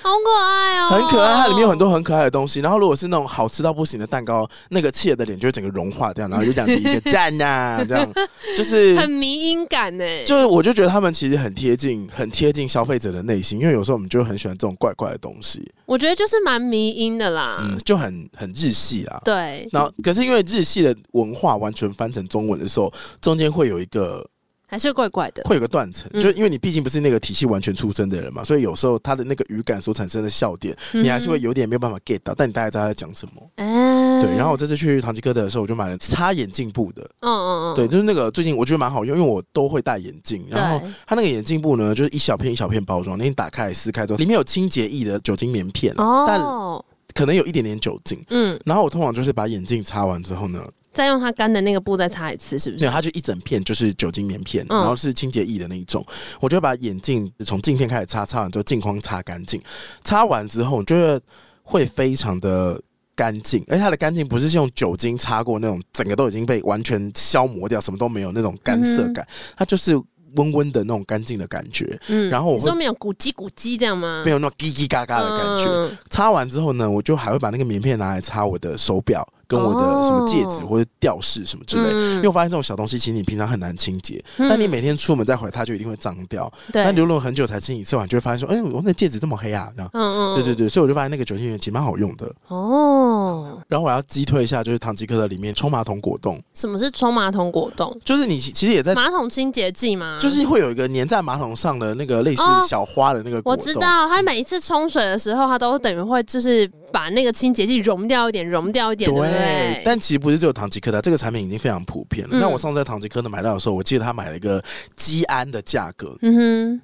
Speaker 2: 好可爱哦，
Speaker 1: 很可爱，它里面有很多很可爱的东西。然后如果是那种好吃到不行的蛋糕，那个企鹅的脸就会整个融化掉，然后就讲一个赞
Speaker 2: <laughs>
Speaker 1: 呐、这样就是
Speaker 2: 很迷音感欸呢，
Speaker 1: 就是，我就觉得他们其实很贴近，很贴近消费者的内心，因为有时候我们就很喜欢这种怪怪的东西，
Speaker 2: 我觉得就是蛮迷音的啦，
Speaker 1: 嗯，就很很日系啦。
Speaker 2: 对，
Speaker 1: 然后，可是因为日系的文化完全翻成中文的时候，中间会有一个
Speaker 2: 还是怪怪的。
Speaker 1: 会有个断层，
Speaker 2: 嗯
Speaker 1: 就因为你毕竟不是那个体系完全出身的人嘛，所以有时候他的那个语感所产生的笑点，你还是会有点没有办法 get 到，但你大概知道他在讲什么。
Speaker 2: 嗯，
Speaker 1: 对，然后我这次去唐吉诃德的时候，我就买了擦眼镜布的，
Speaker 2: 嗯嗯嗯，
Speaker 1: 对，就是那个最近我觉得蛮好用，因为我都会戴眼镜，然后
Speaker 2: 对
Speaker 1: 它那个眼镜布呢，就是一小片一小片包装，那你打开撕开之后，里面有清洁液的酒精棉片啊，但
Speaker 2: 哦，
Speaker 1: 可能有一点点酒精。
Speaker 2: 嗯，
Speaker 1: 然后我通常就是把眼镜擦完之后呢，
Speaker 2: 再用它干的那个布再擦一次，是不
Speaker 1: 对，
Speaker 2: 是？
Speaker 1: 它就一整片就是酒精棉片，
Speaker 2: 嗯
Speaker 1: 然后是清洁液的那一种，我就会把眼镜从镜片开始擦，擦完之后镜框擦干净，擦完之后我觉得会非常的。干净，而且它的干净不是用酒精擦过那种，整个都已经被完全消磨掉，什么都没有那种干涩感，它就是温温的那种干净的感觉，
Speaker 2: 嗯，
Speaker 1: 然后我
Speaker 2: 你
Speaker 1: 会
Speaker 2: 说没有咕叽咕叽这样吗？
Speaker 1: 没
Speaker 2: 有
Speaker 1: 有那种叽叽嘎嘎的感觉。
Speaker 2: 嗯、
Speaker 1: 擦完之后呢，我就还会把那个棉片拿来擦我的手表、跟我的什么戒指
Speaker 2: 哦
Speaker 1: 或者吊饰什么之类。
Speaker 2: 嗯
Speaker 1: 因为我发现这种小东西，其实你平常很难清洁，
Speaker 2: 嗯
Speaker 1: 但你每天出门再回，它就一定会脏掉。
Speaker 2: 对，
Speaker 1: 那流了很久才清一次完，就会发现说，哎、我那戒指这么黑啊，这样。
Speaker 2: 嗯嗯，
Speaker 1: 对对
Speaker 2: 对，
Speaker 1: 对，所以我就发现那个酒精棉其实蛮好用的。
Speaker 2: 哦，
Speaker 1: 然后我要击退一下，就是唐吉诃德里面冲马桶果冻，
Speaker 2: 什么是冲马桶果冻？
Speaker 1: 就是你其其实也在，
Speaker 2: 马桶清洁剂吗？
Speaker 1: 就是会有一个粘在马桶上的那个类似
Speaker 2: 哦
Speaker 1: 小花的那个果
Speaker 2: 我
Speaker 1: 冻。
Speaker 2: 知道，它每一次冲水的时候，它都等于会就是把那个清洁剂溶掉一点，溶掉一点，对不对？
Speaker 1: 但其实不是只有唐吉诃德，这个产品已经非常普遍了。
Speaker 2: 嗯
Speaker 1: 那我上次在唐吉诃德买到的时候，我记得他买了一个基安的价格，
Speaker 2: 嗯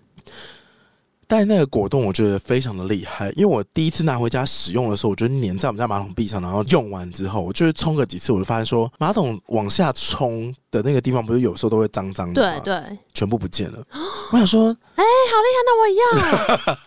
Speaker 1: 但那个果冻我觉得非常的厉害，因为我第一次拿回家使用的时候，我就粘在我们家马桶壁上，然后用完之后，我就是冲个几次，我就发现说马桶往下冲的那个地方，不是有时候都会脏脏
Speaker 2: 哼，
Speaker 1: 的
Speaker 2: 对
Speaker 1: 吗？
Speaker 2: 对，哎，
Speaker 1: 全部不见了。我想说，
Speaker 2: 好厉害，那我也要。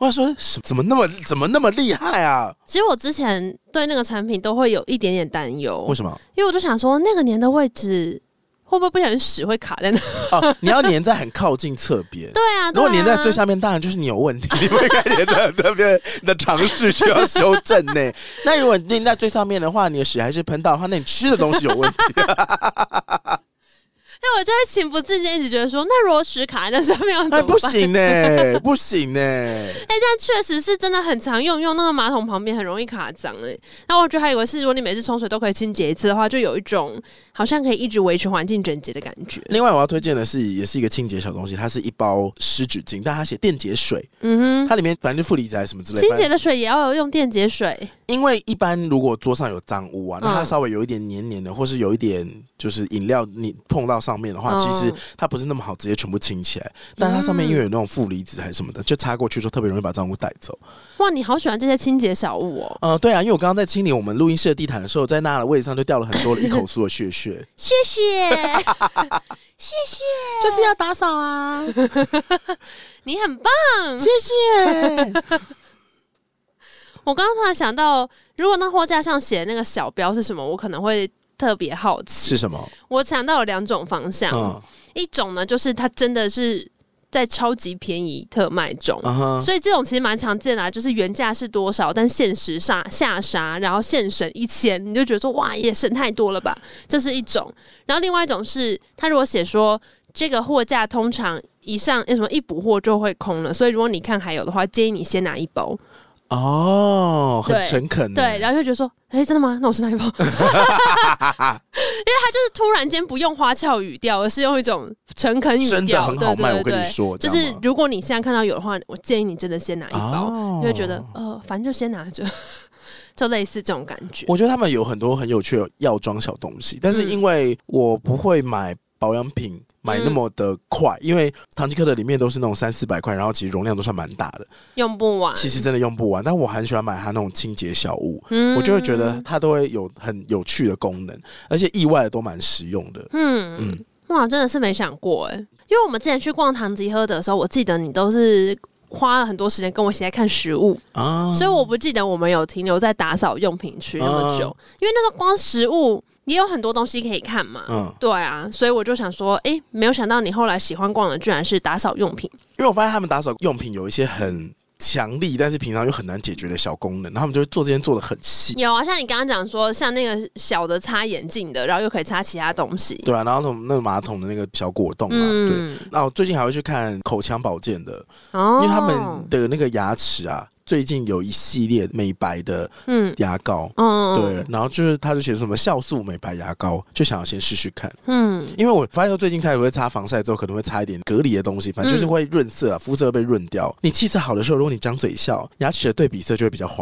Speaker 1: 我想说，什怎么那么怎么那么厉害啊？
Speaker 2: 其实我之前对那个产品都会有一点点担忧
Speaker 1: 为，什么？
Speaker 2: 因为我就想说那个年的位置会不会不小心屎会卡在那？
Speaker 1: 哦，你要粘在很靠近侧边。
Speaker 2: <laughs> 对啊，
Speaker 1: <laughs> 如果
Speaker 2: 对啊
Speaker 1: 粘在最下面，当然就是你有问题，你不应该粘在那边，你的尝试需要修正
Speaker 2: <laughs>
Speaker 1: 呢。那如果你粘在最上面的话，你的屎还是喷到的话，那你吃的东西有问题。
Speaker 2: 哎，我就会情不自禁一直觉得说，那如果屎卡在那上 <laughs> 面要怎么
Speaker 1: 哎，
Speaker 2: 办？
Speaker 1: 不行呢， <laughs> 不行呢。
Speaker 2: 哎、但确实是真的很常用，用那个马桶旁边很容易卡脏哎、那我觉得还以为是，如果你每次冲水都可以清洁一次的话，就有一种好像可以一直维持环境整洁的感觉。
Speaker 1: 另外，我要推荐的是，也是一个清洁小东西，它是一包湿纸巾，但它写电解水，
Speaker 2: 嗯哼，
Speaker 1: 它里面反正就负离子还是什么之类。
Speaker 2: 清
Speaker 1: 反
Speaker 2: 洁
Speaker 1: 正
Speaker 2: 的水也要用电解水，
Speaker 1: 因为一般如果桌上有脏污啊，那它
Speaker 2: 嗯
Speaker 1: 稍微有一点黏黏的，或是有一点就是饮料你碰到上面的话，
Speaker 2: 嗯
Speaker 1: 其实它不是那么好直接全部清起来，但它上面因为有那种负离子还是什么的，就擦过去之后特别容易把脏污带走。
Speaker 2: 哇，你好喜欢这些清洁小物哦！
Speaker 1: 呃，对啊，因为我刚刚在清理我们录音室的地毯的时候，在那的位置上就掉了很多的一口酥的屑
Speaker 2: <laughs>
Speaker 1: 屑，
Speaker 2: 谢谢，
Speaker 1: 就是要打扫啊，
Speaker 2: 你很棒。
Speaker 1: 谢谢。
Speaker 2: 我刚刚突然想到，如果那货架上写的那个小标是什么，我可能会特别好奇。
Speaker 1: 是什么？
Speaker 2: 我想到有两种方向，
Speaker 1: 嗯
Speaker 2: 一种呢就是它真的是在超级便宜特卖中，
Speaker 1: 嗯哼，
Speaker 2: 所以这种其实蛮常见的、啊，就是原价是多少，但限时下下杀，然后现省一千，你就觉得说哇，也省太多了吧，这是一种。然后另外一种是，他如果写说这个货架通常一上什么一补货就会空了，所以如果你看还有的话，建议你先拿一包。
Speaker 1: 哦，很
Speaker 2: 对
Speaker 1: 诚恳呢。
Speaker 2: 对，然后就觉得说，哎、真的吗？那我先拿一包，因为他就是突然间不用花俏语调，而是用一种诚恳语调，
Speaker 1: 真的很好卖，
Speaker 2: 对
Speaker 1: 我
Speaker 2: 对
Speaker 1: 跟
Speaker 2: 对
Speaker 1: 你说，这
Speaker 2: 就是
Speaker 1: 样啊吗
Speaker 2: 如果你现在看到有的话，我建议你真的先拿一包。
Speaker 1: 哦
Speaker 2: 就会觉得呃，反正就先拿着， <laughs> 就类似这种感觉。
Speaker 1: 我觉得他们有很多很有趣的药妆小东西，但是
Speaker 2: 嗯
Speaker 1: 因为我不会买保养品。买
Speaker 2: 嗯
Speaker 1: 那么的快，因为唐吉诃德里面都是那种三四百块，然后其实容量都算蛮大的，
Speaker 2: 用不完，
Speaker 1: 其实真的用不完。但我很喜欢买它那种清洁小物，
Speaker 2: 嗯
Speaker 1: 我就会觉得，它都会有很有趣的功能，而且意外的都蛮实用的。
Speaker 2: 嗯
Speaker 1: 嗯
Speaker 2: 哇，真的是没想过哎，因为我们之前去逛唐吉诃德的时候，我记得你都是。花了很多时间跟我一起在看食物，
Speaker 1: 啊，
Speaker 2: 所以我不记得我们有停留在打扫用品区那么久，
Speaker 1: 嗯
Speaker 2: 因为那时候光食物也有很多东西可以看嘛。
Speaker 1: 嗯，
Speaker 2: 对啊，所以我就想说，诶，没有想到你后来喜欢逛的居然是打扫用品。
Speaker 1: 因为我发现他们打扫用品有一些很强力，但是平常又很难解决的小功能，然后他们就会做这件做的很细，
Speaker 2: 有啊，像你刚刚讲说，像那个小的擦眼镜的，然后又可以擦其他东西。
Speaker 1: 对啊，然后那种那个马桶的那个小果冻啊，对。
Speaker 2: 嗯，
Speaker 1: 那我最近还会去看口腔保健的，
Speaker 2: 哦
Speaker 1: 因为他们的那个牙齿啊，最近有一系列美白的
Speaker 2: 嗯
Speaker 1: 牙膏，
Speaker 2: 嗯，
Speaker 1: 对，然后就是他就写什么酵素美白牙膏，就想要先试试看。
Speaker 2: 嗯
Speaker 1: 因为我发现最近开始会擦防晒之后，可能会擦一点隔离的东西，反正
Speaker 2: 嗯
Speaker 1: 就是会润色、啊，肤色会被润掉。你气色好的时候，如果你张嘴笑，牙齿的对比色就会比较黄。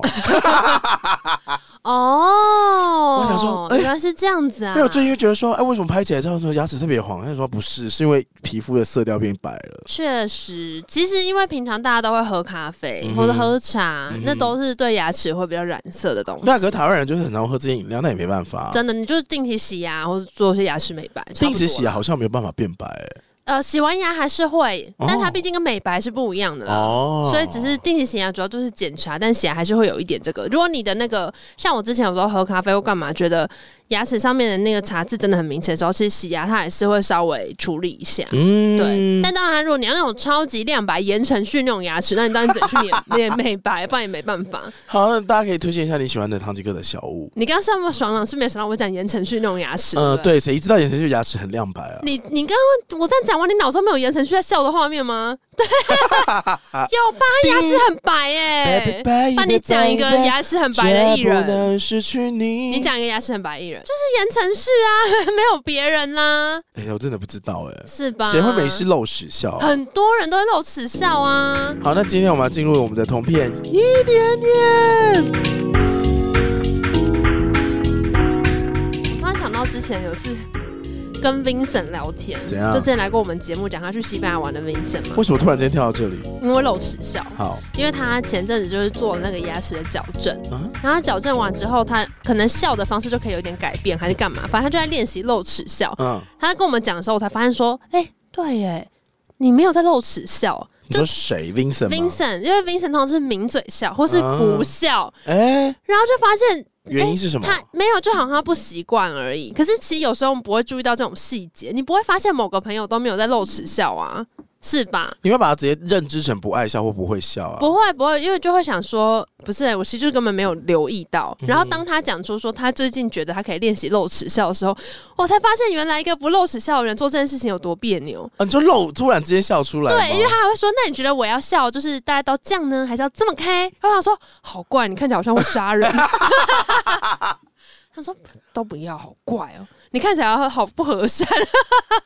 Speaker 2: 哦，
Speaker 1: 我想说哎
Speaker 2: 原来是这样子啊
Speaker 1: 因为我最近就觉得说，哎，为什么拍起来之后说牙齿特别黄？他就说不是，是因为皮肤的色调变白了。
Speaker 2: 确实，其实因为平常大家都会喝咖啡、
Speaker 1: 嗯哼
Speaker 2: 或者喝茶，
Speaker 1: 嗯哼
Speaker 2: 那都是对牙齿会比较染色的东西。
Speaker 1: 那啊可是台湾人就是很常喝这些饮料，那也没办法、
Speaker 2: 真的，你就是定期洗牙或者做一些牙齿美白，差不多
Speaker 1: 定时洗牙，好像没有办法变白、哎
Speaker 2: 呃，洗完牙还是会，
Speaker 1: 哦
Speaker 2: 但它毕竟跟美白是不一样的啦。
Speaker 1: 哦
Speaker 2: 啊所以只是定期洗牙，主要就是检查，但洗牙还是会有一点这个。如果你的那个，像我之前有时候喝咖啡或干嘛，觉得牙齿上面的那个茶渍真的很明显的时候，其实洗牙它还是会稍微处理一下。
Speaker 1: 嗯
Speaker 2: 对，但当然，如果你要那种超级亮白、言承旭那种牙齿，那你当然只能去脸脸美白，不然也没办法。
Speaker 1: 好，那大家可以推荐一下你喜欢的唐吉诃德小物。
Speaker 2: 你刚刚上么爽朗是没有想到我讲言承旭那种牙齿，
Speaker 1: 呃，
Speaker 2: 对不对。
Speaker 1: 对，谁知道眼神就牙齿很亮白啊？
Speaker 2: 你你刚刚我在讲完，你脑中没有言承旭在笑的画面吗？
Speaker 1: <laughs>
Speaker 2: 对，有吧？牙齿很白哎、帮你讲一个牙齿很白的艺
Speaker 1: 绝不
Speaker 2: 人，
Speaker 1: 能失去你。
Speaker 2: 你，讲一个牙齿很白的艺人，就是言承旭啊， <laughs> 没有别人啦、
Speaker 1: 哎、我真的不知道哎、
Speaker 2: 是吧？
Speaker 1: 谁会没事？露齿笑啊、
Speaker 2: 很多人都会露齿笑啊。
Speaker 1: 好，那今天我们要进入我们的同片一点点。
Speaker 2: 突然想到之前有次跟 Vincent 聊天，
Speaker 1: 怎样
Speaker 2: 就之前来过我们节目讲他去西班牙玩的 Vincent 嘛，
Speaker 1: 为什么突然间跳到这里？
Speaker 2: 因为露齿笑，
Speaker 1: 好
Speaker 2: 因为他前阵子就是做了那个牙齿的矫正，
Speaker 1: 啊，
Speaker 2: 然后他矫正完之后，他可能笑的方式就可以有点改变，还是干嘛，反正他就在练习露齿笑。
Speaker 1: 嗯，
Speaker 2: 他跟我们讲的时候，我才发现说，哎、对耶。你没有在露齿笑
Speaker 1: 你说谁？Vincent 吗
Speaker 2: ，Vincent，因为 Vincent 通常是抿嘴笑或是不笑，
Speaker 1: 哎、
Speaker 2: 然后就发现
Speaker 1: 原因是什么？
Speaker 2: 哎他没有，就好像他不习惯而已。可是其实有时候我们不会注意到这种细节，你不会发现某个朋友都没有在露齿笑啊，是吧？
Speaker 1: 你会把它直接认知成不爱笑或不会笑啊？
Speaker 2: 不会不会，因为就会想说，不是、我其实就根本没有留意到。
Speaker 1: 嗯
Speaker 2: 然后当他讲出说他最近觉得他可以练习露齿笑的时候，我才发现原来一个不露齿笑的人做这件事情有多别扭。
Speaker 1: 啊，你就露突然之间笑出来吗，
Speaker 2: 对，因为他还会说，那你觉得我要笑，就是大概到这样呢，还是要这么开？然后他说，好怪，你看起来好像会杀人。他说都不要，好怪哦，你看起来好不和善， <laughs>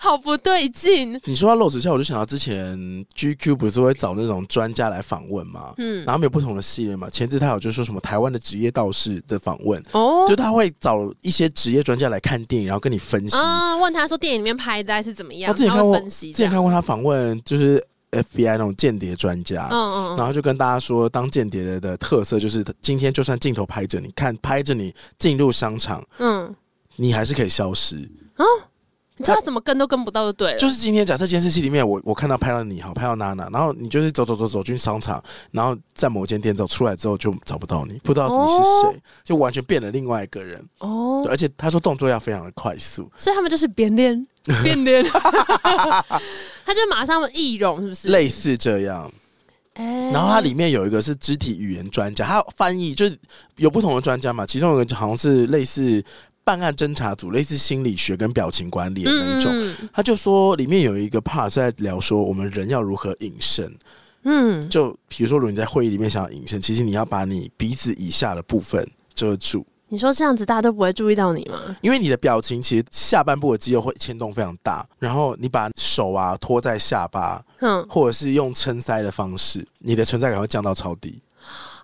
Speaker 2: 好不对劲。
Speaker 1: 你说到露齿笑，我就想到之前 GQ 不是会找那种专家来访问嘛，
Speaker 2: 嗯，
Speaker 1: 然后有不同的系列嘛。前次他有就说什么台湾的职业道士的访问，
Speaker 2: 哦
Speaker 1: 啊就他会找一些职业专家来看电影，然后跟你分析。
Speaker 2: 啊，问他说电影里面拍的是怎么样，
Speaker 1: 我之前
Speaker 2: 然
Speaker 1: 看
Speaker 2: 后
Speaker 1: 过，
Speaker 2: 分析
Speaker 1: 之
Speaker 2: 这
Speaker 1: 前
Speaker 2: 样。
Speaker 1: 看过他访问就是 FBI 那种间谍专家，
Speaker 2: 嗯嗯
Speaker 1: 然后就跟大家说，当间谍的的特色就是，今天就算镜头拍着你，看拍着你进入商场，
Speaker 2: 嗯，
Speaker 1: 你还是可以消失。
Speaker 2: 你知道他怎么跟都跟不到就对了。
Speaker 1: 就是今天，假设监视器里面我我看到拍到你好，拍到娜娜，然后你就是走走走走进商场，然后在某间店走出来之后就找不到你，不知道你是谁，
Speaker 2: 哦
Speaker 1: 就完全变了另外一个人。
Speaker 2: 哦
Speaker 1: 对，而且他说动作要非常的快速，
Speaker 2: 所以他们就是边
Speaker 1: <laughs>
Speaker 2: 练边练， <laughs> 他就马上易容，是不是？
Speaker 1: 类似这样。
Speaker 2: 哎
Speaker 1: 然后它里面有一个是肢体语言专家，他有翻译就是有不同的专家嘛，其中有一个好像是类似办案侦查组，类似心理学跟表情管理的那一种。
Speaker 2: 嗯嗯
Speaker 1: 他就说里面有一个 part 是在聊说我们人要如何隐身，
Speaker 2: 嗯，
Speaker 1: 就比如说如果你在会议里面想要隐身，其实你要把你鼻子以下的部分遮住。
Speaker 2: 你说这样子大家都不会注意到你吗？
Speaker 1: 因为你的表情其实下半部的肌肉会牵动非常大，然后你把手啊托在下巴，
Speaker 2: 哼，
Speaker 1: 或者是用撑腮的方式，你的存在感会降到超低。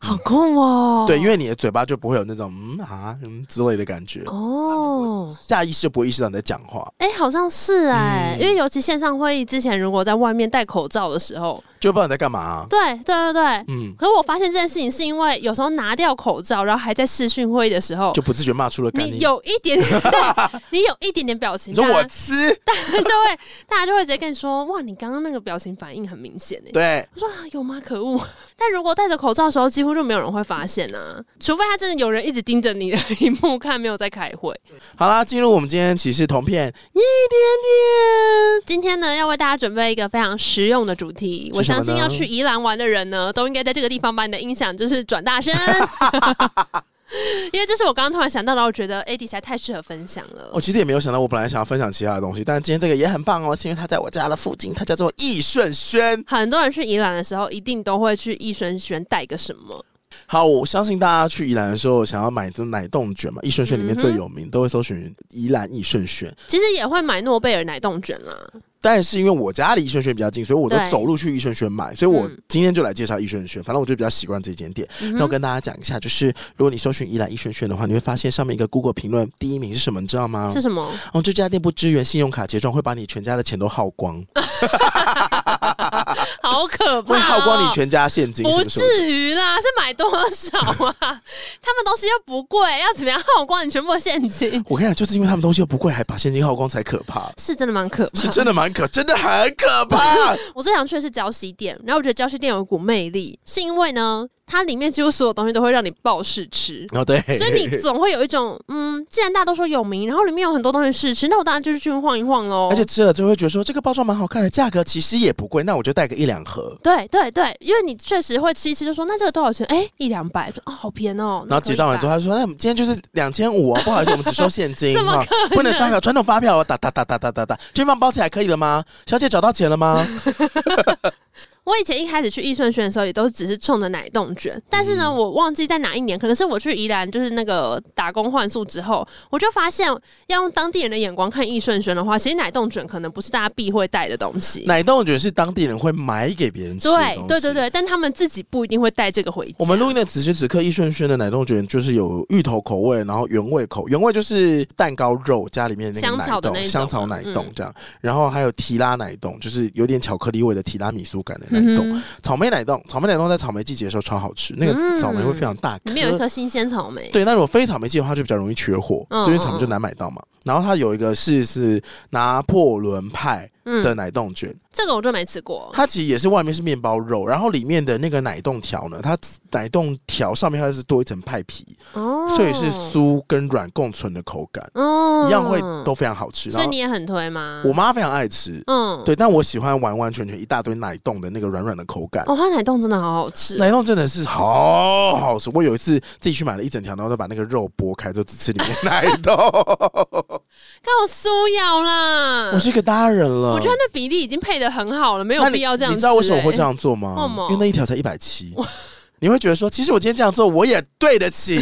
Speaker 2: 好酷哦！
Speaker 1: 对，因为你的嘴巴就不会有那种嗯啊嗯之类的感觉，
Speaker 2: 哦，
Speaker 1: 下意识就不会意识到你在讲话，
Speaker 2: 哎、好像是哎、
Speaker 1: 嗯
Speaker 2: 因为尤其线上会议之前，如果在外面戴口罩的时候，
Speaker 1: 就不知道你在干嘛、
Speaker 2: 对对对对。
Speaker 1: 嗯，
Speaker 2: 可是我发现这件事情是因为有时候拿掉口罩，然后还在视讯会议的时候，
Speaker 1: 就不自觉骂出了干
Speaker 2: 你。有一
Speaker 1: <laughs>
Speaker 2: 点点，对你有一点点表情，
Speaker 1: 你说
Speaker 2: 大
Speaker 1: 我
Speaker 2: 家 <laughs>
Speaker 1: 吃，
Speaker 2: 就会大家就会直接跟你说，哇，你刚刚那个表情反应很明显哎。
Speaker 1: 对，
Speaker 2: 我说啊，有吗？可恶！ <laughs> 但如果戴着口罩的时候，几乎就没有人会发现啊，除非他真的有人一直盯着你的荧幕看，没有在开会。
Speaker 1: 好啦，进入我们今天骑士同片一点
Speaker 2: 今天呢，要为大家准备一个非常实用的主题。
Speaker 1: 是
Speaker 2: 我
Speaker 1: 什么
Speaker 2: 相
Speaker 1: 呢
Speaker 2: 信要去宜兰玩的人呢，都应该在这个地方把你的音响就是转大声。 <laughs> 因为这是我刚刚突然想到的，我觉得 AD 实在太适合分享了。
Speaker 1: 我其实也没有想到，我本来想要分享其他的东西，但今天这个也很棒哦，是因为它在我家的附近，它叫做易顺轩。
Speaker 2: 很多人去宜兰的时候，一定都会去益生轩带个什么。
Speaker 1: 好，我相信大家去宜兰的时候，想要买这奶冻卷嘛，益顺轩里面最
Speaker 2: 嗯哼
Speaker 1: 有名，都会搜寻宜兰益顺轩。
Speaker 2: 其实也会买诺贝尔奶冻卷啦。
Speaker 1: 但是因为我家离益顺轩比较近，所以我都
Speaker 2: 对
Speaker 1: 走路去益顺轩买，所以我
Speaker 2: 嗯
Speaker 1: 今天就来介绍益顺轩。反正我就比较习惯这间店。
Speaker 2: 嗯
Speaker 1: 那我
Speaker 2: 哼
Speaker 1: 跟大家讲一下，就是如果你搜寻宜兰益顺轩的话，你会发现上面一个 Google 评论第一名是什么，你知道吗？
Speaker 2: 是什么？
Speaker 1: 哦，这家店不支援信用卡结账，会把你全家的钱都耗
Speaker 2: <laughs>
Speaker 1: 光，
Speaker 2: 好可怕、
Speaker 1: 会
Speaker 2: 哦！
Speaker 1: 耗光你全家现金，
Speaker 2: 不
Speaker 1: 是不是？
Speaker 2: 至于啦，是买多少啊？ <laughs> 他们东西又不贵，要怎么样耗光你全部的现金？
Speaker 1: 我跟你讲，就是因为他们东西又不贵，还把现金耗光才可怕，
Speaker 2: <laughs> 是真的蛮可 <laughs>
Speaker 1: 是
Speaker 2: 怕。
Speaker 1: 真的蛮可，真的很可
Speaker 2: <laughs>
Speaker 1: 怕。
Speaker 2: 我最想去的是礁溪店，然后我觉得礁溪店有一股魅力，是因为呢，它里面几乎所有东西都会让你暴试吃。
Speaker 1: 哦，对，
Speaker 2: 所以你总会有一种，嗯，既然大家都说有名，然后里面有很多东西试吃，那我当然就是去晃一晃喽。
Speaker 1: 而且吃了就会觉得说这个包装蛮好看的，价格其实也不贵，那我就带个一两盒，
Speaker 2: 对对对，因为你确实会吃一吃，就说那这个多少钱？哎，一两百，说哦，好便宜哦。
Speaker 1: 然后结账完之
Speaker 2: 后，
Speaker 1: 后他说那我们今天就是两千五哦，不好意思，我们只收现金
Speaker 2: <laughs> 怎么
Speaker 1: 哈，不能刷卡，传统发票哦，打打打打打打打，这帮包起来可以了吗？小姐找到钱了
Speaker 2: <laughs>
Speaker 1: 吗？
Speaker 2: 我以前一开始去益顺轩的时候，也都只是冲着奶冻卷，但是呢，
Speaker 1: 嗯
Speaker 2: 我忘记在哪一年，可能是我去宜兰，就是那个打工换宿之后，我就发现要用当地人的眼光看益顺轩的话，其实奶冻卷可能不是大家必会带的东西。
Speaker 1: 奶冻卷是当地人会买给别人吃的
Speaker 2: 对
Speaker 1: 东西，
Speaker 2: 对对。对，但他们自己不一定会带这个回家。
Speaker 1: 我们录音的此时此刻，益顺轩的奶冻卷就是有芋头口味，然后原味口，原味就是蛋糕肉加里面那个
Speaker 2: 香
Speaker 1: 奶
Speaker 2: 草的
Speaker 1: 冻，
Speaker 2: 那一种
Speaker 1: 香草
Speaker 2: 嗯
Speaker 1: 奶冻这样，然后还有提拉奶冻，就是有点巧克力味的提拉米苏感的奶冻，
Speaker 2: 嗯哼
Speaker 1: 草莓奶冻，草莓奶冻在草莓季节的时候超好吃，那个
Speaker 2: 嗯
Speaker 1: 草莓会非常大颗。
Speaker 2: 里面有一颗新鲜草莓，
Speaker 1: 对，那如果非草莓季的话，就比较容易缺货，
Speaker 2: 嗯
Speaker 1: 就因为草莓就难买到嘛。然后它有一个是是拿破仑派的
Speaker 2: 嗯，
Speaker 1: 奶冻卷，
Speaker 2: 这个我就没吃过。
Speaker 1: 它其实也是外面是面包肉，然后里面的那个奶冻条呢，它奶冻条上面它是多一层派皮，
Speaker 2: 哦，
Speaker 1: 所以是酥跟软共存的口感，
Speaker 2: 哦
Speaker 1: 一样会都非常好吃。
Speaker 2: 所
Speaker 1: 然
Speaker 2: 以
Speaker 1: 后
Speaker 2: 你也很推吗？
Speaker 1: 我妈非常爱吃，
Speaker 2: 嗯，
Speaker 1: 对，但我喜欢完完全全一大堆奶冻的那个软软的口感。
Speaker 2: 哦，它奶冻真的好好吃，
Speaker 1: 奶冻真的是好好吃，我有一次自己去买了一整条，然后再把那个肉剥开，就只吃里面的奶
Speaker 2: <laughs>
Speaker 1: 冻。 <laughs>
Speaker 2: 嗯告苏咬啦。
Speaker 1: 我是一个大人了，
Speaker 2: 我觉得那比例已经配的很好了，没有
Speaker 1: 那你
Speaker 2: 必要这样、欸。
Speaker 1: 你知道为什么我会这？样做吗
Speaker 2: 为什？么
Speaker 1: 因为那一条才一百七， <laughs> 你会觉得说，其实我今天这样做，我也对得
Speaker 2: <laughs>
Speaker 1: 起，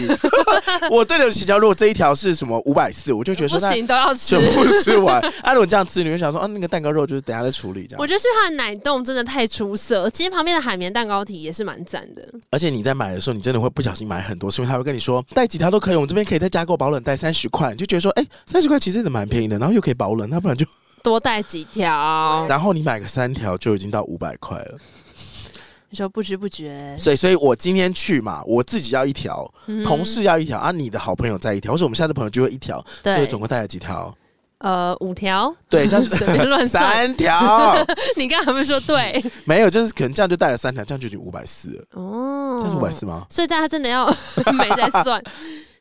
Speaker 1: 我对得起。假如果这一条是什么五百四，我就觉得
Speaker 2: 不
Speaker 1: 说，那
Speaker 2: 行，都要吃
Speaker 1: 全。部吃完。 <laughs> 啊，如果你这样吃，你会想说，啊，那个蛋糕肉就是等一下再处理这
Speaker 2: 我
Speaker 1: 样。
Speaker 2: 觉得是它的奶冻真的太出色，其实旁边的海绵蛋糕体也是蛮赞的。
Speaker 1: 而且你在买的时候，你真的会不小心买很多，是因为他会跟你说带几条都可以，我们这边可以再加购保冷袋三十块，你就觉得说，哎、三十块其实也蛮便宜的，然后又可以保冷，那不然就，
Speaker 2: 多带几条，
Speaker 1: 然后你买个三条就已经到五百块了。
Speaker 2: 你说不知不觉，
Speaker 1: 所以，所以我今天去嘛，我自己要一条，
Speaker 2: 嗯
Speaker 1: 同事要一条，啊，你的好朋友再一条，或者我们下次朋友聚会一条，所以
Speaker 2: 对
Speaker 1: 总共带了几条？
Speaker 2: 呃五条，
Speaker 1: 对，
Speaker 2: <laughs>
Speaker 1: 这样子
Speaker 2: 随便乱算。
Speaker 1: <laughs> 三条， <laughs>
Speaker 2: 你刚才不是说对
Speaker 1: 没有，就是可能这样就带了三条，这样就已经五百四了，
Speaker 2: 哦？
Speaker 1: 这样是五百四吗？
Speaker 2: 所以大家真的
Speaker 1: <laughs>
Speaker 2: 要没在算，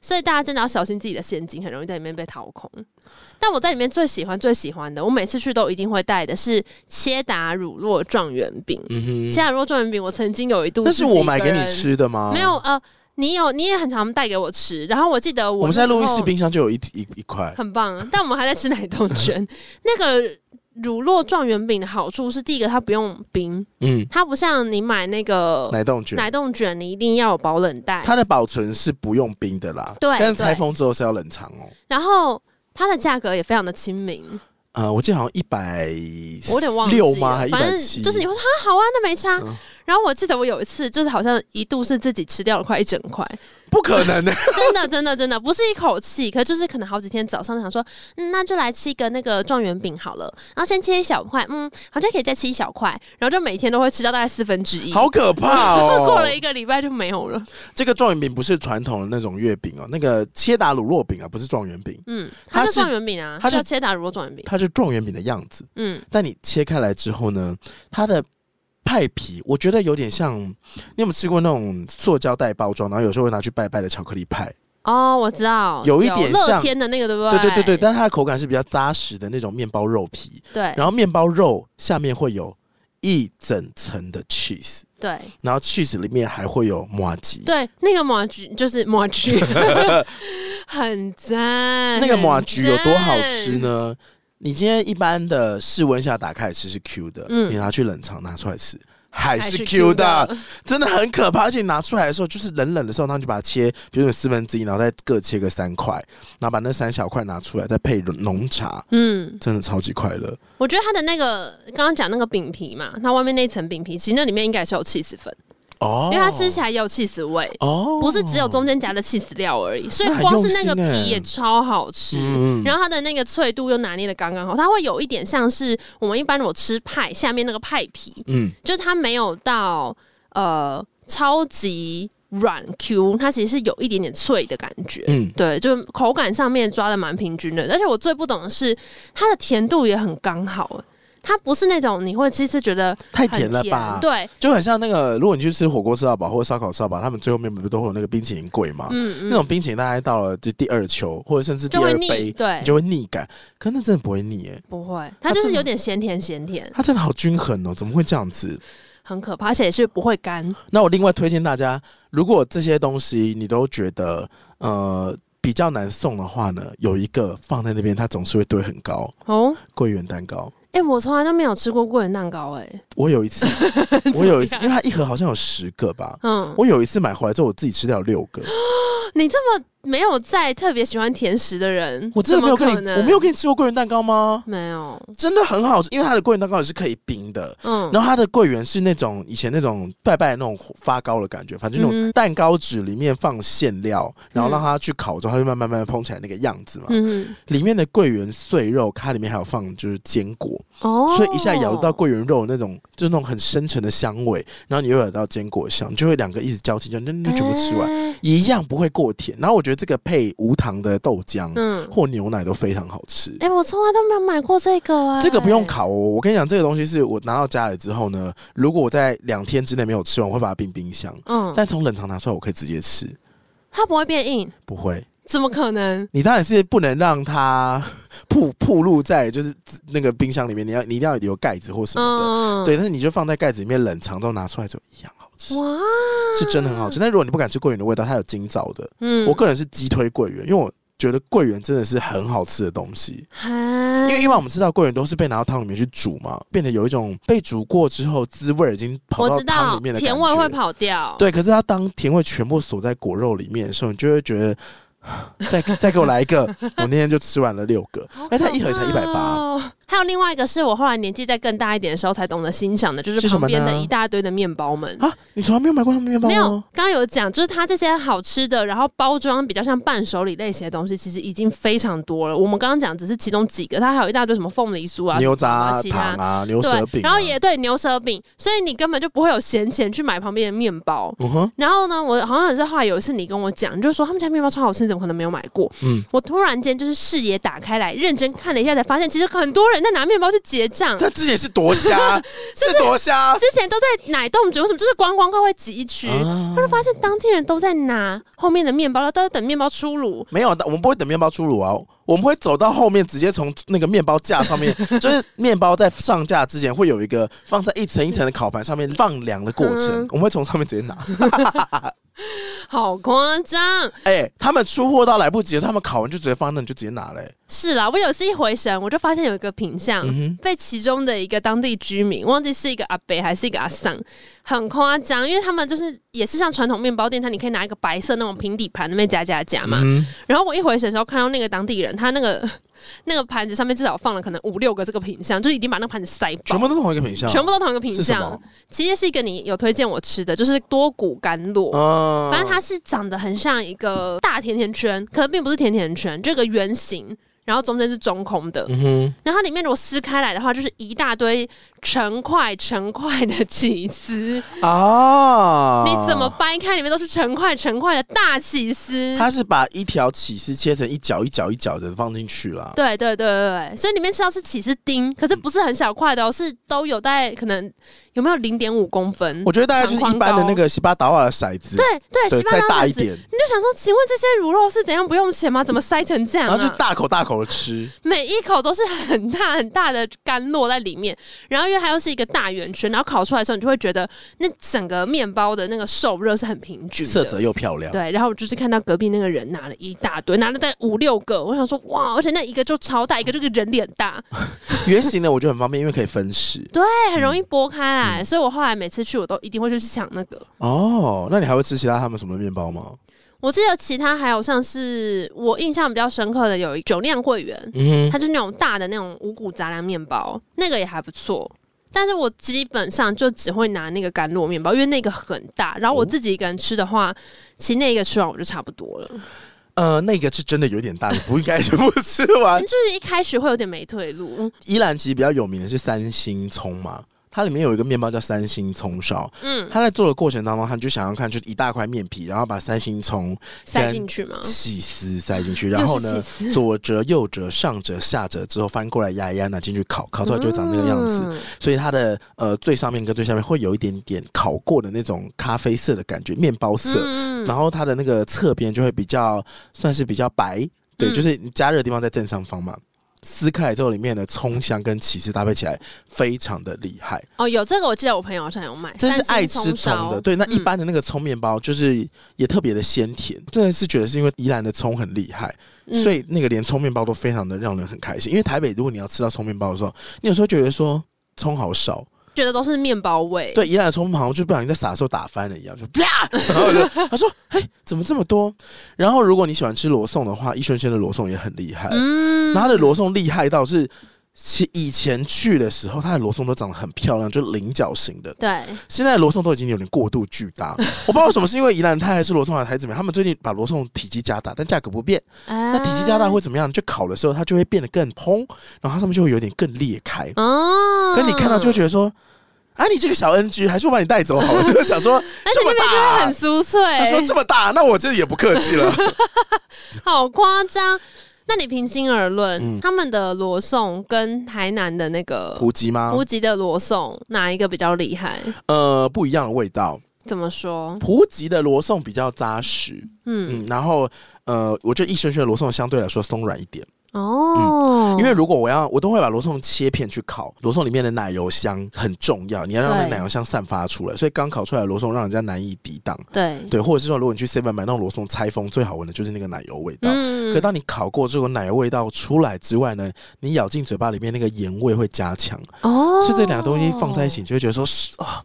Speaker 2: 所以大家真的要小心自己的现金，很容易在里面被掏空。但我在里面最喜欢最喜欢的，我每次去都一定会带的是切达乳酪状元饼。
Speaker 1: 嗯
Speaker 2: 切
Speaker 1: 哼，
Speaker 2: 达乳酪状元饼，我曾经有一度
Speaker 1: 那
Speaker 2: 自
Speaker 1: 是
Speaker 2: 己一
Speaker 1: 我
Speaker 2: 个
Speaker 1: 买给你
Speaker 2: 人，
Speaker 1: 吃的吗？
Speaker 2: 没有呃，你有你也很常带给我吃，然后我记得我
Speaker 1: 我们现在录音
Speaker 2: 那时
Speaker 1: 室
Speaker 2: 候
Speaker 1: 冰箱就有一一一块，
Speaker 2: 很棒，但我们还在吃奶冻
Speaker 1: <laughs>
Speaker 2: 卷。那个乳酪状元饼的好处是，第一个它不用冰，
Speaker 1: 嗯，
Speaker 2: 它不像你买那个
Speaker 1: 奶冻卷，
Speaker 2: 奶冻卷，你一定要有保冷袋。
Speaker 1: 它的保存是不用冰的啦，
Speaker 2: 对
Speaker 1: 但是拆封之后是要冷藏哦。
Speaker 2: 然后它的价格也非常的亲民，
Speaker 1: 呃，我记得好像一百
Speaker 2: 我有点忘记
Speaker 1: 六吗？还
Speaker 2: 了，
Speaker 1: 一
Speaker 2: 反
Speaker 1: 百
Speaker 2: 正
Speaker 1: 七？
Speaker 2: 就是你会说啊，好啊，那没差。
Speaker 1: 嗯
Speaker 2: 然后我记得我有一次，就是好像一度是自己吃掉了快一整块，
Speaker 1: 不可能欸的，
Speaker 2: 真的，真的，真的不是一口气，可就是可能好几天早上想说，嗯，那就来吃一个那个状元饼好了，然后先切一小块，嗯，好像可以再吃一小块，然后就每天都会吃到大概四分之一。
Speaker 1: 好可
Speaker 2: <laughs>
Speaker 1: 怕
Speaker 2: 过
Speaker 1: 哦！
Speaker 2: 了一个礼拜就没有了，
Speaker 1: 这个状元饼不是传统的那种月饼哦，那个切达乳酪饼啊，不是状元饼，
Speaker 2: 嗯，
Speaker 1: 它
Speaker 2: 它是
Speaker 1: 是
Speaker 2: 状元饼啊，
Speaker 1: 它是
Speaker 2: 叫切达乳酪状元饼，
Speaker 1: 它是状元饼的样子。
Speaker 2: 嗯，
Speaker 1: 但你切开来之后呢，它的派皮我觉得有点像，你有没有吃过那种塑胶袋包装，然后有时候会拿去拜拜的巧克力派？
Speaker 2: 哦，我知道，
Speaker 1: 有一点
Speaker 2: 乐
Speaker 1: 像
Speaker 2: 天的那个，对不
Speaker 1: 对对
Speaker 2: 对
Speaker 1: 对对，但它的口感是比较扎实的那种面包肉皮，
Speaker 2: 对
Speaker 1: 然后面包肉下面会有一整层的 cheese，
Speaker 2: 对
Speaker 1: 然后 cheese 里面还会有麻吉。
Speaker 2: 对，那个马菊就是
Speaker 1: <laughs>
Speaker 2: 马菊，很 <laughs> 赞。
Speaker 1: 那个
Speaker 2: 很
Speaker 1: 麻菊有多好吃
Speaker 2: 赞？
Speaker 1: 呢？你今天一般的室温下打开来吃是 Q 的，
Speaker 2: 嗯
Speaker 1: 你拿去冷藏拿出来吃还
Speaker 2: 还
Speaker 1: 是
Speaker 2: Q
Speaker 1: Q 的，，真的很可怕。而且你拿出来的时候，就是冷冷的时候，然后你就把它切，比如说四分之一，然后再各切个三块，然后把那三小块拿出来，再配浓茶，
Speaker 2: 嗯，
Speaker 1: 真的超级快乐。
Speaker 2: 我觉得它的那个刚刚讲那个饼皮嘛，它外面那一层饼皮，其实那里面应该也是有 cheese 粉，
Speaker 1: 哦，
Speaker 2: 因为它吃起来也有 cheese 味，
Speaker 1: 哦，
Speaker 2: 不是只有中间夹的 cheese 料而已，所以
Speaker 1: 那很
Speaker 2: 光是
Speaker 1: 用
Speaker 2: 那个
Speaker 1: 心欸
Speaker 2: 皮也超好吃。
Speaker 1: 哦嗯，
Speaker 2: 然后它的那个脆度又拿捏的刚刚好，它会有一点像是我们一般我吃派下面那个派皮，
Speaker 1: 嗯
Speaker 2: 就是它没有到呃超级软 Q，它其实是有一点点脆的感觉。
Speaker 1: 嗯，
Speaker 2: 对，就口感上面抓的蛮平均的，而且我最不懂的是它的甜度也很刚好，它不是那种你会吃一次觉得
Speaker 1: 太
Speaker 2: 很
Speaker 1: 甜了吧？
Speaker 2: 对，
Speaker 1: 就很像那个，如果你去吃火锅吃到饱或者烧烤吃到饱，他们最后面不是都会有那个冰淇淋柜吗？
Speaker 2: 嗯
Speaker 1: 啊那
Speaker 2: 嗯，
Speaker 1: 种冰淇淋大概到了就第二球或者甚至第
Speaker 2: 就会
Speaker 1: 二
Speaker 2: 腻，
Speaker 1: 杯，
Speaker 2: 对
Speaker 1: 你，就会腻感。可那真的不会腻耶、
Speaker 2: 不会，它
Speaker 1: 它
Speaker 2: 就是
Speaker 1: 真的
Speaker 2: 有点咸甜咸甜，
Speaker 1: 它真的好均衡哦，怎么会这样子？
Speaker 2: 很可怕，而且也是不会干。
Speaker 1: 那我另外推荐大家，如果这些东西你都觉得呃比较难送的话呢，有一个放在那边，它总是会堆很高， <laughs>
Speaker 2: 哦，
Speaker 1: 桂圆蛋糕。
Speaker 2: 哎、我从来都没有吃过桂圆蛋糕、哎，
Speaker 1: 我有一
Speaker 2: <laughs>
Speaker 1: 次，我有一次，因为它一盒好像有十个吧，
Speaker 2: 嗯，
Speaker 1: 我有一次买回来之后，我自己吃掉有六个。
Speaker 2: 你这么没有在特别喜欢甜食的人，
Speaker 1: 我真的没有跟
Speaker 2: 怎么
Speaker 1: 你，
Speaker 2: 可能
Speaker 1: 我没有跟你吃过桂圆蛋糕吗？
Speaker 2: 没有，
Speaker 1: 真的很好吃，因为它的桂圆蛋糕也是可以冰的。
Speaker 2: 嗯，
Speaker 1: 然后它的桂圆是那种以前那种拜拜的那种发糕的感觉，反正那
Speaker 2: 嗯
Speaker 1: 种
Speaker 2: 哼
Speaker 1: 蛋糕纸里面放馅料，然后
Speaker 2: 嗯
Speaker 1: 让它去烤之后，它就慢慢慢慢蓬起来那个样子嘛。
Speaker 2: 嗯
Speaker 1: 里面的桂圆碎肉，它里面还有放就是坚果，
Speaker 2: 哼，哦，
Speaker 1: 所以一下咬到桂圆肉的那种就是那种很深沉的香味，然后你又咬到坚果香，你就会两个一直交替，就那那全部吃完，
Speaker 2: 哎
Speaker 1: 一样不会过甜。然后我觉得这个配无糖的豆浆，
Speaker 2: 嗯，
Speaker 1: 或牛奶都非常好吃。
Speaker 2: 哎、我从来都没有买过这个、哎
Speaker 1: 这个不用烤哦，我跟你讲，这个东西是我拿到家里之后呢，如果我在两天之内没有吃完，我会把它冰冰箱。
Speaker 2: 嗯，
Speaker 1: 但从冷藏拿出来，我可以直接吃，
Speaker 2: 它不会变硬，
Speaker 1: 不会。
Speaker 2: 怎么可能？
Speaker 1: 你当然是不能让它 <laughs> 铺铺露在就是那个冰箱里面，你要你一定要有盖子 <laughs> 或什么的。
Speaker 2: 嗯，
Speaker 1: 对，但是你就放在盖子里面冷藏，之后拿出来就一样好吃，
Speaker 2: 哇，
Speaker 1: 是真的很好吃。但如果你不敢吃桂圆的味道，它有金枣的，
Speaker 2: 嗯
Speaker 1: 我个人是鸡推桂圆，因为我觉得桂圆真的是很好吃的东西。
Speaker 2: 因
Speaker 1: 因为一般我们吃到桂圆都是被拿到汤里面去煮嘛，变得有一种被煮过之后滋味已经跑
Speaker 2: 我
Speaker 1: 到
Speaker 2: 知
Speaker 1: 汤
Speaker 2: 道
Speaker 1: 里面的感
Speaker 2: 甜
Speaker 1: 觉。
Speaker 2: 味会跑掉，，
Speaker 1: 对，可是它当甜味全部锁在果肉里面的时候，你就会觉得。再再给我来一个，我那天就吃完了六个，哎、它一盒才一百八，
Speaker 2: 八。哦还有另外一个是我后来年纪再更大一点的时候才懂得欣赏的，就是是
Speaker 1: 什
Speaker 2: 旁
Speaker 1: 么
Speaker 2: 边的
Speaker 1: 呢
Speaker 2: 一大堆的面包们。
Speaker 1: 啊！你从来没有买过他们面包哦
Speaker 2: 没有，
Speaker 1: 吗？
Speaker 2: 刚刚有讲，就是它这些好吃的，然后包装比较像伴手礼类型的东西，其实已经非常多了。我们刚刚讲只是其中几个，它还有一大堆什么凤梨酥啊、
Speaker 1: 牛
Speaker 2: 什么啊
Speaker 1: 杂
Speaker 2: 其他
Speaker 1: 糖啊，牛舌
Speaker 2: 对，
Speaker 1: 饼、啊，
Speaker 2: 然后也对牛舌饼，所以你根本就不会有闲钱去买旁边的面包。
Speaker 1: 嗯哼，
Speaker 2: 然后呢，我好像也是后来有一次你跟我讲，你就说他们家面包超好吃，你怎么可能没有买过？
Speaker 1: 嗯，
Speaker 2: 我突然间就是视野打开来，认真看了一下，才发现其实很多人在拿面包去结账。
Speaker 1: 它之前是多
Speaker 2: <laughs>
Speaker 1: 虾，是多虾，
Speaker 2: 之前都在奶冻局，为什么就是观光客会集区？
Speaker 1: 啊
Speaker 2: 他就发现当地人都在拿后面的面包，都在等面包出炉。
Speaker 1: 没有，我们不会等面包出炉啊，我们会走到后面，直接从那个面包架上面， <laughs> 就是面包在上架之前会有一个放在一层一层的烤盘上面放凉的过程，
Speaker 2: 嗯
Speaker 1: 我们会从上面直接拿。 <laughs>
Speaker 2: 好夸张！
Speaker 1: 哎、他们出货到来不及了，他们烤完就直接放那，你就直接拿
Speaker 2: <laughs>
Speaker 1: 嘞、
Speaker 2: 是啦，我有一次一回神，我就发现有一个品相、
Speaker 1: 嗯
Speaker 2: 被其中的一个当地居民，忘记是一个阿伯还是一个阿桑，很夸张，因为他们就是也是像传统面包店，它你可以拿一个白色那种平底盘那边夹夹夹
Speaker 1: 哼，
Speaker 2: 嘛。
Speaker 1: 嗯
Speaker 2: 然后我一回神的时候，看到那个当地人，他那个那个盘子上面至少放了可能五六个这个品相，就是已经把那个盘子塞
Speaker 1: 全
Speaker 2: 爆
Speaker 1: 部。都是同一个品相，
Speaker 2: 全部都同一个品
Speaker 1: 是什
Speaker 2: 相
Speaker 1: 么，？
Speaker 2: 其实是一个你有推荐我吃的，就是多谷甘露。
Speaker 1: 嗯
Speaker 2: 反正它是长得很像一个大甜甜圈，可能并不是甜甜圈，这个圆形，然后中间是中空的。
Speaker 1: 嗯哼，
Speaker 2: 然后它里面如果撕开来的话，就是一大堆成块成块的起司，
Speaker 1: 啊，
Speaker 2: 你怎么？掰开里面都是成块成块的大起司。
Speaker 1: 他是把一条起司切成一角一角一角的放进去了。
Speaker 2: 对对对对对，所以里面吃到是起司丁，可是不是很小块的哦，是都有大概可能有没有零点五公分
Speaker 1: 我？觉得大概就是一般的那个西巴达瓦的骰子，
Speaker 2: 对对，
Speaker 1: 对，
Speaker 2: 西班
Speaker 1: 再
Speaker 2: 牙
Speaker 1: 大一
Speaker 2: 子，
Speaker 1: 点。
Speaker 2: 你就想说，请问这些乳肉是怎样不用钱吗？怎么塞成这样、
Speaker 1: 然
Speaker 2: 啊？
Speaker 1: 后就大口大口的吃，
Speaker 2: 每一口都是很大很大的甘露在里面，然后因为它又是一个大圆圈，然后烤出来的时候，你就会觉得那整个面包的那个受热是很平均的，
Speaker 1: 色泽又漂亮，
Speaker 2: 对，然后我就是看到隔壁那个人拿了一大堆，拿了大概五六个，我想说哇，而且那一个就超大，一个就跟人脸
Speaker 1: <laughs>
Speaker 2: 大，
Speaker 1: 圆形的我觉得很方便，因为可以分食。
Speaker 2: 哎，很容易剥开
Speaker 1: 嗯
Speaker 2: 来。所以我后来每次去，我都一定会去抢那个。
Speaker 1: 哦，那你还会吃其他他们什么面包吗？
Speaker 2: 我记得其他还有像是我印象比较深刻的有一酒酿桂圆，
Speaker 1: 嗯哼，
Speaker 2: 它就是那种大的那种五谷杂粮面包，那个也还不错。但是我基本上就只会拿那个甘露面包，因为那个很大。然后我
Speaker 1: 哦
Speaker 2: 自己一个人吃的话，其实那一个吃完我就差不多了。
Speaker 1: 呃，那个是真的有点大，你不应该全部吃 <laughs> 完。
Speaker 2: 就是一开始会有点没退路，
Speaker 1: 宜兰其实比较有名的是三星葱嘛，它里面有一个面包叫三星葱烧，
Speaker 2: 嗯，
Speaker 1: 它在做的过程当中，他就想要看，就是一大块面皮，然后把三星葱、
Speaker 2: 塞进去嘛。
Speaker 1: 起司塞进去，
Speaker 2: 又
Speaker 1: 然后
Speaker 2: 是
Speaker 1: 呢
Speaker 2: 起，司
Speaker 1: 左折、右折、上折、下折之后翻过来压一压，拿进去烤，烤出来就会长那个样子。
Speaker 2: 嗯
Speaker 1: 所以它的呃最上面跟最下面会有一点点烤过的那种咖啡色的感觉，面包色。
Speaker 2: 嗯
Speaker 1: 然后它的那个侧边就会比较算是比较白，对，
Speaker 2: 嗯
Speaker 1: 就是你加热的地方在正上方嘛。撕开来之后，里面的葱香跟起司搭配起来非常的厉害。
Speaker 2: 哦，有这个，我记得我朋友好像有卖，
Speaker 1: 这是
Speaker 2: 三
Speaker 1: 爱
Speaker 2: 星
Speaker 1: 吃
Speaker 2: 烧
Speaker 1: 葱的，对。那一
Speaker 2: 嗯
Speaker 1: 般的那个葱面包就是也特别的鲜甜，真的是觉得是因为宜兰的葱很厉害，
Speaker 2: 嗯
Speaker 1: 所以那个连葱面包都非常的让人很开心。因为台北如果你要吃到葱面包的时候，你有时候觉得说葱好少，
Speaker 2: 觉得都是面包味，
Speaker 1: 对，宜兰的葱好像就不小心在撒的时候打翻了一样，就啪，然后我就他说哎怎么这么多？然后如果你喜欢吃罗宋的话，一轩轩的罗宋也很厉害，
Speaker 2: 嗯
Speaker 1: 那它的罗宋厉害到是。其以前去的时候，它的罗宋都长得很漂亮，就菱角形的。
Speaker 2: 对，
Speaker 1: 现在的罗宋都已经有点过度巨大，我不知道为什么，是因为宜兰太还是罗宋还是怎么样？他们最近把罗宋体积加大，但价格不变。
Speaker 2: 那
Speaker 1: 那体积加大会怎么样？就烤的时候它就会变得更蓬，然后它上面就会有点更裂开。
Speaker 2: 哦，
Speaker 1: 可你看到就会觉得说，啊，你这个小 NG，还是我把你带走好
Speaker 2: <laughs>
Speaker 1: 了。就想说
Speaker 2: 而且
Speaker 1: 这么
Speaker 2: 那边就会
Speaker 1: 大啊
Speaker 2: 很，酥
Speaker 1: 他说这
Speaker 2: 脆，
Speaker 1: 么大，那我这也不客气
Speaker 2: <laughs>
Speaker 1: 了。
Speaker 2: 好夸张。那你平心而论，
Speaker 1: 嗯
Speaker 2: 他们的罗宋跟台南的那个
Speaker 1: 胡吉吗
Speaker 2: 胡？吉的罗宋哪一个比较厉害？
Speaker 1: 呃，不一样的味道。
Speaker 2: 怎么说？
Speaker 1: 胡吉的罗宋比较扎实，嗯，
Speaker 2: 嗯，
Speaker 1: 然后呃，我觉得益轩轩的罗宋相对来说松软一点。
Speaker 2: 哦，
Speaker 1: 嗯因为如果我要，我都会把罗宋切片去烤，罗宋里面的奶油香很重要，你要让那
Speaker 2: 对
Speaker 1: 奶油香散发出来，所以刚烤出来的罗宋让人家难以抵挡。
Speaker 2: 对，
Speaker 1: 对，或者是说，如果你去 seven 买那种罗宋拆封，最好闻的就是那个奶油味道。
Speaker 2: 嗯
Speaker 1: 啊可当你烤过之后，奶油味道出来之外呢，你咬进嘴巴里面那个盐味会加强，
Speaker 2: 哦，
Speaker 1: 所以这两个东西放在一起，你就会觉得说，是啊，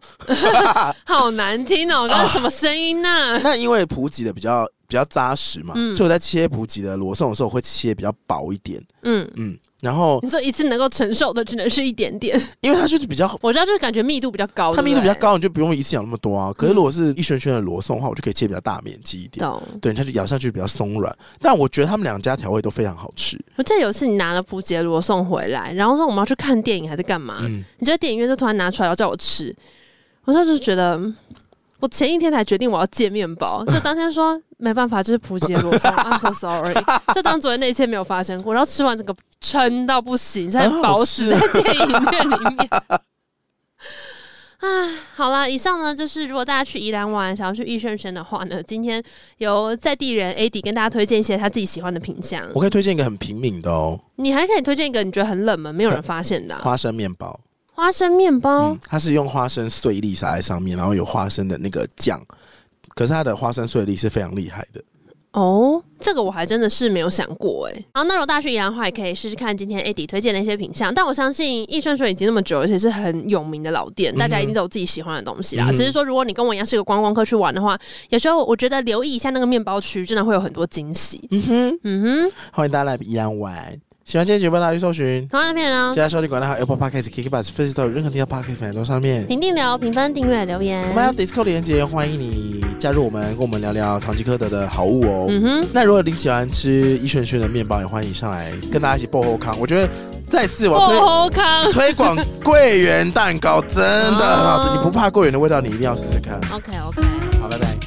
Speaker 2: 好难听哦，刚刚什么声音
Speaker 1: <laughs>
Speaker 2: 呢？
Speaker 1: 那因为普吉的比较比较扎实嘛，
Speaker 2: 嗯
Speaker 1: 所以我在切普吉的罗宋的时候，我会切比较薄一点，
Speaker 2: 嗯，
Speaker 1: 嗯，然后
Speaker 2: 你说一次能够承受的只能是一点点， <laughs>
Speaker 1: 因为它就是比较
Speaker 2: 我知道就是感觉密度比较高，
Speaker 1: 它密度
Speaker 2: 对
Speaker 1: 比较
Speaker 2: 不对，
Speaker 1: 高，你就不用一次咬那么多啊。可是如果是一圈圈的罗宋的话，我就可以切比较大面积一点，
Speaker 2: 懂。
Speaker 1: 对，它就咬下去比较松软。但我觉得他们两家调味都非常好吃，
Speaker 2: 我记得有一次你拿了普杰罗送回来，然后说我们要去看电影还是干嘛，
Speaker 1: 嗯，
Speaker 2: 你在电影院就突然拿出来要叫我吃，我当时就觉得。嗯我前一天才决定我要戒面
Speaker 1: <laughs>
Speaker 2: 包，就当天说没办法，就是普杰罗送，I'm so sorry，就当昨天那一切没有发生过。然后吃完这个撑到不行，现在
Speaker 1: 啊很好
Speaker 2: 饱死
Speaker 1: 吃
Speaker 2: 在电影院里
Speaker 1: <laughs>
Speaker 2: 面。唉，好啦，以上呢就是如果大家去宜兰玩，想要去益顺轩的话呢，今天由在地人 AD 跟大家推荐一些他自己喜欢的品相。
Speaker 1: 我可以推荐一个很平民的哦，
Speaker 2: 你还可以推荐一个你觉得很冷门、没有人发现的啊、
Speaker 1: 花生面包，
Speaker 2: 花生面包。
Speaker 1: 嗯，它是用花生碎粒撒在上面，然后有花生的那个酱。可是它的花生碎粒是非常厉害的，
Speaker 2: 哦，这个我还真的是没有想过哎。然后那如果大家去宜兰的话，也可以试试看今天 AD 推荐的一些品相。但我相信益顺水已经那么久，而且是很有名的老店，大家一定都有自己喜欢的东西
Speaker 1: 嗯
Speaker 2: 啦。
Speaker 1: 嗯哼
Speaker 2: 只是说，如果你跟我一样是个观光客去玩的话，有时候我觉得留意一下那个面包区，真的会有很多惊喜。
Speaker 1: 嗯哼，
Speaker 2: 嗯哼，
Speaker 1: 欢迎大家来宜兰玩。喜欢今天节目，大家去搜寻
Speaker 2: 同样的片呢
Speaker 1: 其，他收听管道还有 Apple Podcast、KKBox、f a c e b o o 任何地方 Podcast 平台都上面。
Speaker 2: 评定聊、评分、订阅、留
Speaker 1: 我们还
Speaker 2: 言。
Speaker 1: 有 Discord 连接，欢迎你加入我们，跟我们聊聊唐吉诃德的好物哦。
Speaker 2: 嗯哼，
Speaker 1: 那如果你喜欢吃一圈圈的面包，也欢迎上来跟大家一起爆后康。我觉得再次我推、
Speaker 2: 薄荷哦康。
Speaker 1: 推广桂圆蛋糕真的很好吃，
Speaker 2: 哦
Speaker 1: 你不怕桂圆的味道，你一定要试试看。
Speaker 2: OK OK。
Speaker 1: 好，拜拜。